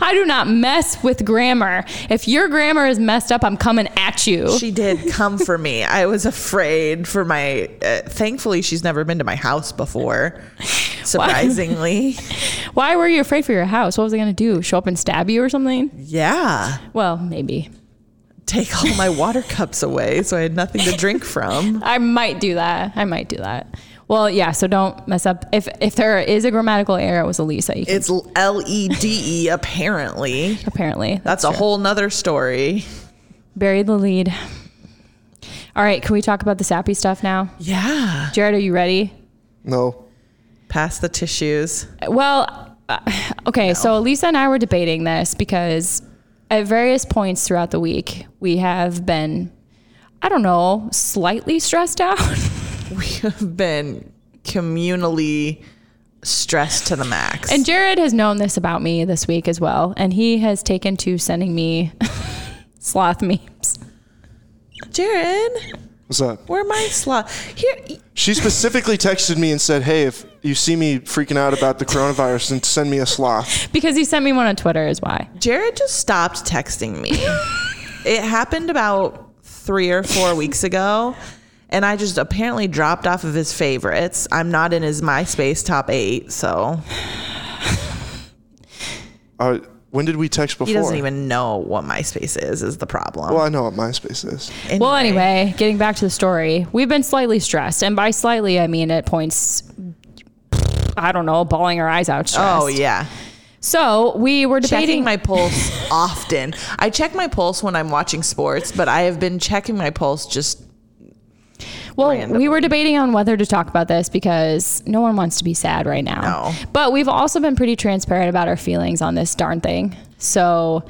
[SPEAKER 1] I do not mess with grammar. If your grammar is messed up, I'm coming at you.
[SPEAKER 2] She did come for me. I was afraid for my. Uh, thankfully, she's never been to my
[SPEAKER 1] [laughs]
[SPEAKER 2] house before. Surprisingly,
[SPEAKER 1] Why were you afraid for your house? What was I going to do? Show up and stab you or something?
[SPEAKER 2] yeah.
[SPEAKER 1] Well, maybe.
[SPEAKER 2] Take all my [laughs] water cups away, so I had nothing to drink from.
[SPEAKER 1] I might do that. I might do that. Well, yeah. So don't mess up. If if there is a grammatical error, it was Elisa. You can,
[SPEAKER 2] [laughs] It's L E D E, apparently.
[SPEAKER 1] apparently,
[SPEAKER 2] That's a
[SPEAKER 1] true.
[SPEAKER 2] whole nother story.
[SPEAKER 1] bury the lead. All right. Can we talk about the sappy stuff now?
[SPEAKER 2] Yeah.
[SPEAKER 1] Jared, are you ready?
[SPEAKER 3] No.
[SPEAKER 2] Pass the tissues. [laughs]
[SPEAKER 1] Well, uh, okay. So Lisa and I were debating this because at various points throughout the week, we have been, I don't know, slightly stressed
[SPEAKER 2] [laughs]
[SPEAKER 1] out.
[SPEAKER 2] We have been communally stressed to the max.
[SPEAKER 1] and Jared has known this about me this week as well. And he has taken to sending me [laughs] sloth memes.
[SPEAKER 2] Jared,
[SPEAKER 3] What's up?
[SPEAKER 2] where my slot? Here,
[SPEAKER 3] She specifically texted me and said, "Hey, if you see me freaking out about the coronavirus, then send me a sloth."
[SPEAKER 1] Because he sent me one on Twitter, is why.
[SPEAKER 2] Jared just stopped texting [laughs] me. it happened about three or four weeks ago. And I just apparently dropped off of his favorites. I'm not in his MySpace top eight, so
[SPEAKER 3] Uh, when did we text before?
[SPEAKER 2] he doesn't even know what MySpace is, is the problem.
[SPEAKER 3] Well, I know what MySpace is.
[SPEAKER 1] Well, anyway, getting back to the story, we've been slightly stressed. And by slightly, I mean at points, I don't know, bawling our eyes out. Stressed.
[SPEAKER 2] Oh, yeah.
[SPEAKER 1] So we were debating.
[SPEAKER 2] checking my
[SPEAKER 1] [laughs]
[SPEAKER 2] pulse often. I check my pulse when I'm watching sports, but I have been checking my pulse just
[SPEAKER 1] Well,
[SPEAKER 2] randomly.
[SPEAKER 1] we were debating on whether to talk about this because no one wants to be sad right now.
[SPEAKER 2] No.
[SPEAKER 1] But we've also been pretty transparent about our feelings on this darn thing. So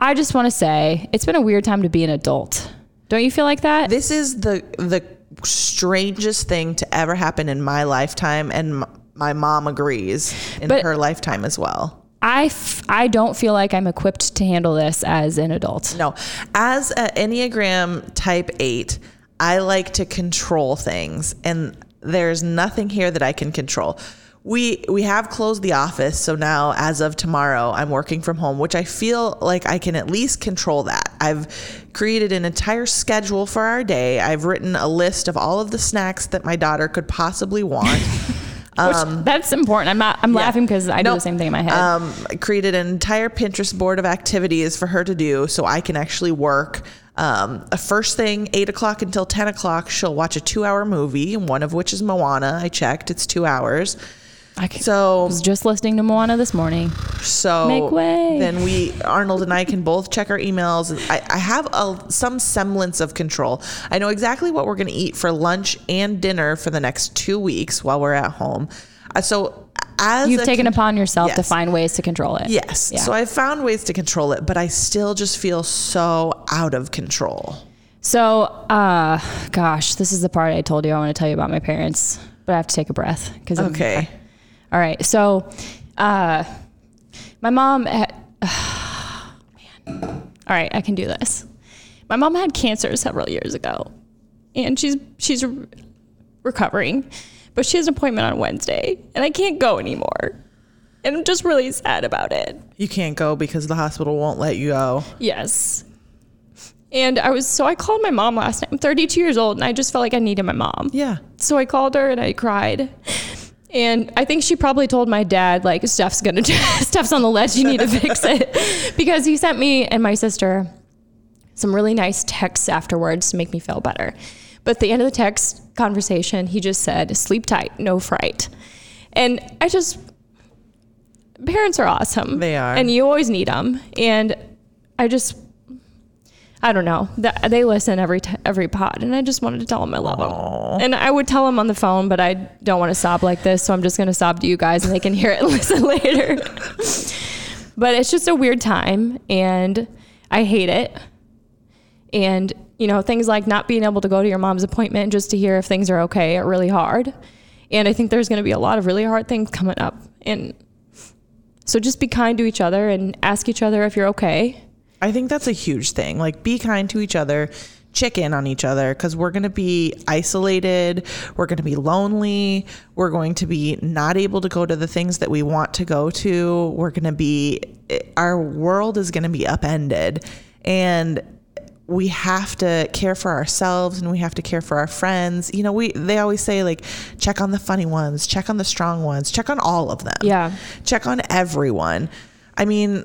[SPEAKER 1] I just want to say it's been a weird time to be an adult. Don't you feel like that?
[SPEAKER 2] this is the the strangest thing to ever happen in my lifetime and m- my mom agrees in
[SPEAKER 1] But-
[SPEAKER 2] her lifetime as well.
[SPEAKER 1] I, f- I don't feel like I'm equipped to handle this as an adult.
[SPEAKER 2] No, as a Enneagram type eight, I like to control things, and there's nothing here that I can control. We we have closed the office, so now as of tomorrow, I'm working from home, which I feel like I can at least control that. I've created an entire schedule for our day. I've written a list of all of the snacks that my daughter could possibly want.
[SPEAKER 1] Which, that's important. I'm not. I'm
[SPEAKER 2] Um, Yeah.
[SPEAKER 1] laughing because I do the
[SPEAKER 2] Nope.
[SPEAKER 1] same thing in my head.
[SPEAKER 2] Um, I created an entire Pinterest board of activities for her to do so I can actually work. Um, a first thing, 8 o'clock until 10 o'clock, she'll watch a two hour movie, one of which is Moana. I checked, it's two hours.
[SPEAKER 1] I c-
[SPEAKER 2] So,
[SPEAKER 1] was just listening to Moana this morning.
[SPEAKER 2] so
[SPEAKER 1] Make way.
[SPEAKER 2] then we, Arnold and I, can both check our emails. I, I have a, some semblance of control. I know exactly what we're going to eat for lunch and dinner for the next two weeks while we're at home. Uh, so, as
[SPEAKER 1] You've
[SPEAKER 2] a
[SPEAKER 1] taken
[SPEAKER 2] con-
[SPEAKER 1] upon yourself to
[SPEAKER 2] Yes.
[SPEAKER 1] find ways to control it.
[SPEAKER 2] Yes.
[SPEAKER 1] Yeah.
[SPEAKER 2] So I've found ways to control it, but I still just feel so out of control.
[SPEAKER 1] So, uh, gosh, this is the part I told you I want to tell you about my parents, but I have to take a breath because
[SPEAKER 2] Okay.
[SPEAKER 1] All right. So, uh, my mom, had, [sighs] man. All right, I can do this. My mom had cancer several years ago, and she's she's re- recovering, but she has an appointment on Wednesday, and I can't go anymore. And I'm just really sad about it.
[SPEAKER 2] You can't go because the hospital won't let you go.
[SPEAKER 1] Yes. And I was so I called my mom last night. I'm 32 years old, and I just felt like I needed my mom.
[SPEAKER 2] Yeah.
[SPEAKER 1] So I called her and I cried. And I think she probably told my dad, like, Steph's gonna, [laughs] Steph's on the ledge, you need to fix
[SPEAKER 2] [laughs]
[SPEAKER 1] it. because he sent me and my sister some really nice texts afterwards to make me feel better. But at the end of the text conversation, he just said, sleep tight, no fright. And I just, parents are awesome.
[SPEAKER 2] They are.
[SPEAKER 1] And you always need them. And I just, I don't know. Th- They listen every t- every pod, and I just wanted to tell them I love them. And I would tell them on the phone, but I don't want to sob like this, so I'm just going to sob to you guys, and they can hear it and [laughs] listen later. but it's just a weird time, and I hate it. And you know, things like not being able to go to your mom's appointment just to hear if things are okay are really hard. And I think there's going to be a lot of really hard things coming up. And so just be kind to each other and ask each other if you're okay.
[SPEAKER 2] I think that's a huge thing. Like, be kind to each other, check in on each other, because we're going to be isolated. We're going to be lonely. We're going to be not able to go to the things that we want to go to. We're going to be, eh, our world is going to be upended. And we have to care for ourselves and we have to care for our friends. You know, we they always say like check on the funny ones, check on the strong ones, check on all of them
[SPEAKER 1] Yeah.
[SPEAKER 2] check on everyone. I mean,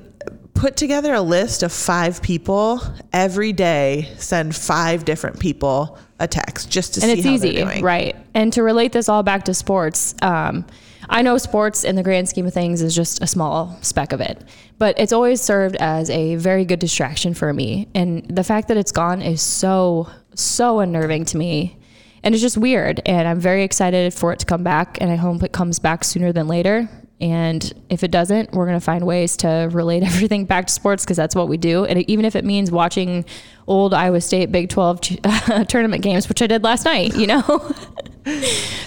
[SPEAKER 2] put together a list of five people every day, send five different people a text just to
[SPEAKER 1] and
[SPEAKER 2] see
[SPEAKER 1] it's
[SPEAKER 2] how
[SPEAKER 1] easy,
[SPEAKER 2] they're doing.
[SPEAKER 1] right? And to relate this all back to sports, um, I know sports in the grand scheme of things is just a small speck of it, but it's always served as a very good distraction for me. And the fact that it's gone is so so unnerving to me, and it's just weird. And I'm very excited for it to come back, and I hope it comes back sooner than later. And if it doesn't, we're going to find ways to relate [laughs] everything back to sports because that's what we do. And even if it means watching old Iowa State Big 12 ch- [laughs] tournament games, which I did last night, you know? [laughs]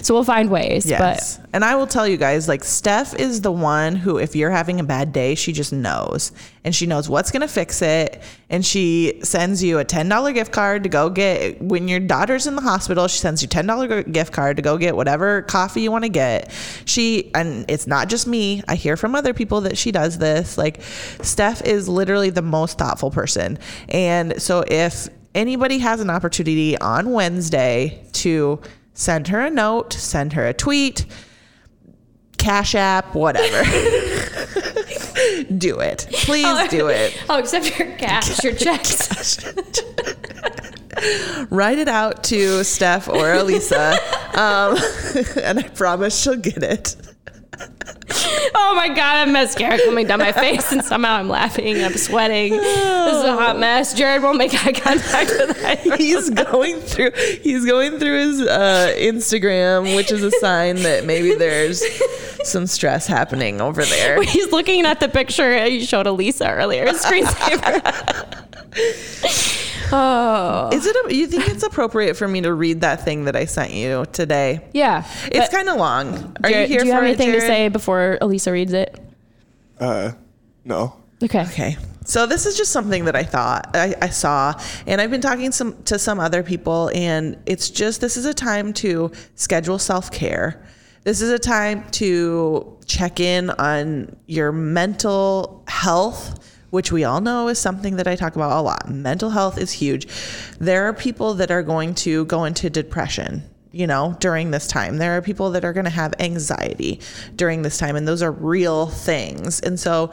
[SPEAKER 1] so we'll find ways.
[SPEAKER 2] Yes. and I will tell you guys, like Steph is the one who, if you're having a bad day, she just knows and she knows what's going to fix it. And she sends you a $10 gift card to go get, when your daughter's in the hospital, she sends you $10 g- gift card to go get whatever coffee you want to get. She, and it's not just me, I hear from other people that she does this. Like Steph is literally the most thoughtful person. And so if anybody has an opportunity on Wednesday to, send her a note, send her a tweet, Cash App, whatever. do it. Please
[SPEAKER 1] But
[SPEAKER 2] do it.
[SPEAKER 1] Oh, [laughs] except your cash, your checks.
[SPEAKER 2] Write it out to Steph
[SPEAKER 1] [laughs]
[SPEAKER 2] or Elisa, um, [laughs] and I promise she'll get it.
[SPEAKER 1] Oh my God, I have mascara coming down my face, and somehow I'm laughing, I'm sweating. This is a
[SPEAKER 2] Oh.
[SPEAKER 1] hot mess. Jared won't make eye contact
[SPEAKER 2] [laughs]
[SPEAKER 1] with that.
[SPEAKER 2] He's going through. He's going through his uh, Instagram, which is a sign that maybe there's some stress happening over there.
[SPEAKER 1] He's
[SPEAKER 2] [laughs]
[SPEAKER 1] looking at the picture you showed Elisa earlier, a screensaver. Oh.
[SPEAKER 2] Is it? A, you think it's appropriate for me to read that thing that I sent you today?
[SPEAKER 1] Yeah.
[SPEAKER 2] It's
[SPEAKER 1] But
[SPEAKER 2] kind of long. Are
[SPEAKER 1] Jared,
[SPEAKER 2] you here
[SPEAKER 1] do you
[SPEAKER 2] for
[SPEAKER 1] have
[SPEAKER 2] it,
[SPEAKER 1] anything to
[SPEAKER 2] Jared?
[SPEAKER 1] say before Elisa reads it?
[SPEAKER 3] Uh, no.
[SPEAKER 1] Okay.
[SPEAKER 2] Okay. So this is just something that I thought I, I saw, and I've been talking some to some other people, and it's just this is a time to schedule self care. This is a time to check in on your mental health, which we all know is something that I talk about a lot. Mental health is huge. There are people that are going to go into depression you know, during this time. There are people that are going to have anxiety during this time, and those are real things. And so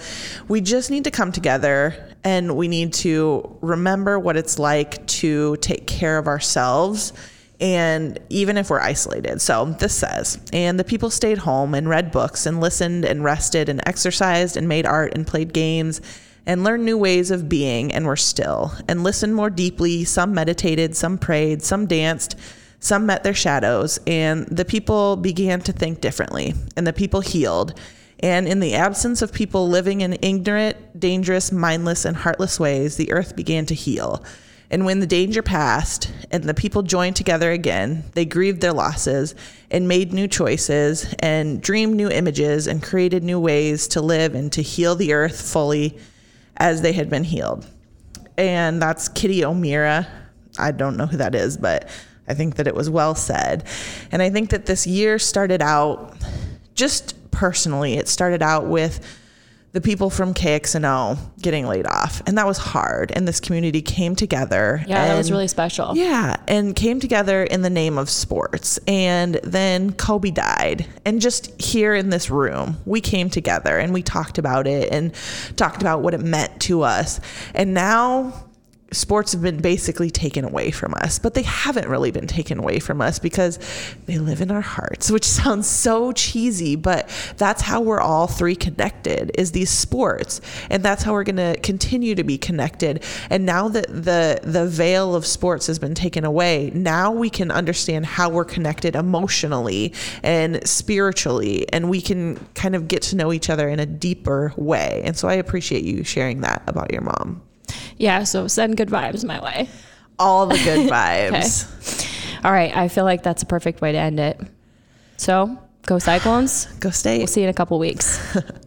[SPEAKER 2] we just need to come together and we need to remember what it's like to take care of ourselves. And even if we're isolated. So this says, and the people stayed home and read books and listened and rested and exercised and made art and played games and learned new ways of being and were still and listened more deeply. Some meditated, some prayed, some danced, some met their shadows, and the people began to think differently, and the people healed. And in the absence of people living in ignorant, dangerous, mindless, and heartless ways, the earth began to heal. And when the danger passed and the people joined together again, they grieved their losses and made new choices and dreamed new images and created new ways to live and to heal the earth fully as they had been healed and that's Kitty O'Meara. I don't know who that is, but I think that it was well said. And I think that this year started out just personally, it started out with the people from KXNO getting laid off, and that was hard. And this community came together.
[SPEAKER 1] Yeah, that was
[SPEAKER 2] and-
[SPEAKER 1] really special.
[SPEAKER 2] yeah, and came together in the name of sports. And then Kobe died. And just here in this room, we came together and we talked about it and talked about what it meant to us. And now sports have been basically taken away from us, but they haven't really been taken away from us because they live in our hearts, which [laughs] sounds so cheesy, but that's how we're all three connected is these sports. And that's how we're going to continue to be connected. And now that the the veil of sports has been taken away, now we can understand how we're connected emotionally and spiritually and we can kind of get to know each other in a deeper way. And so I appreciate you sharing that about your mom.
[SPEAKER 1] Yeah, so send good vibes my way.
[SPEAKER 2] All the good vibes.
[SPEAKER 1] All right, I feel like that's a perfect way to end it. So, go Cyclones.
[SPEAKER 2] Go State.
[SPEAKER 1] We'll see you in a couple weeks.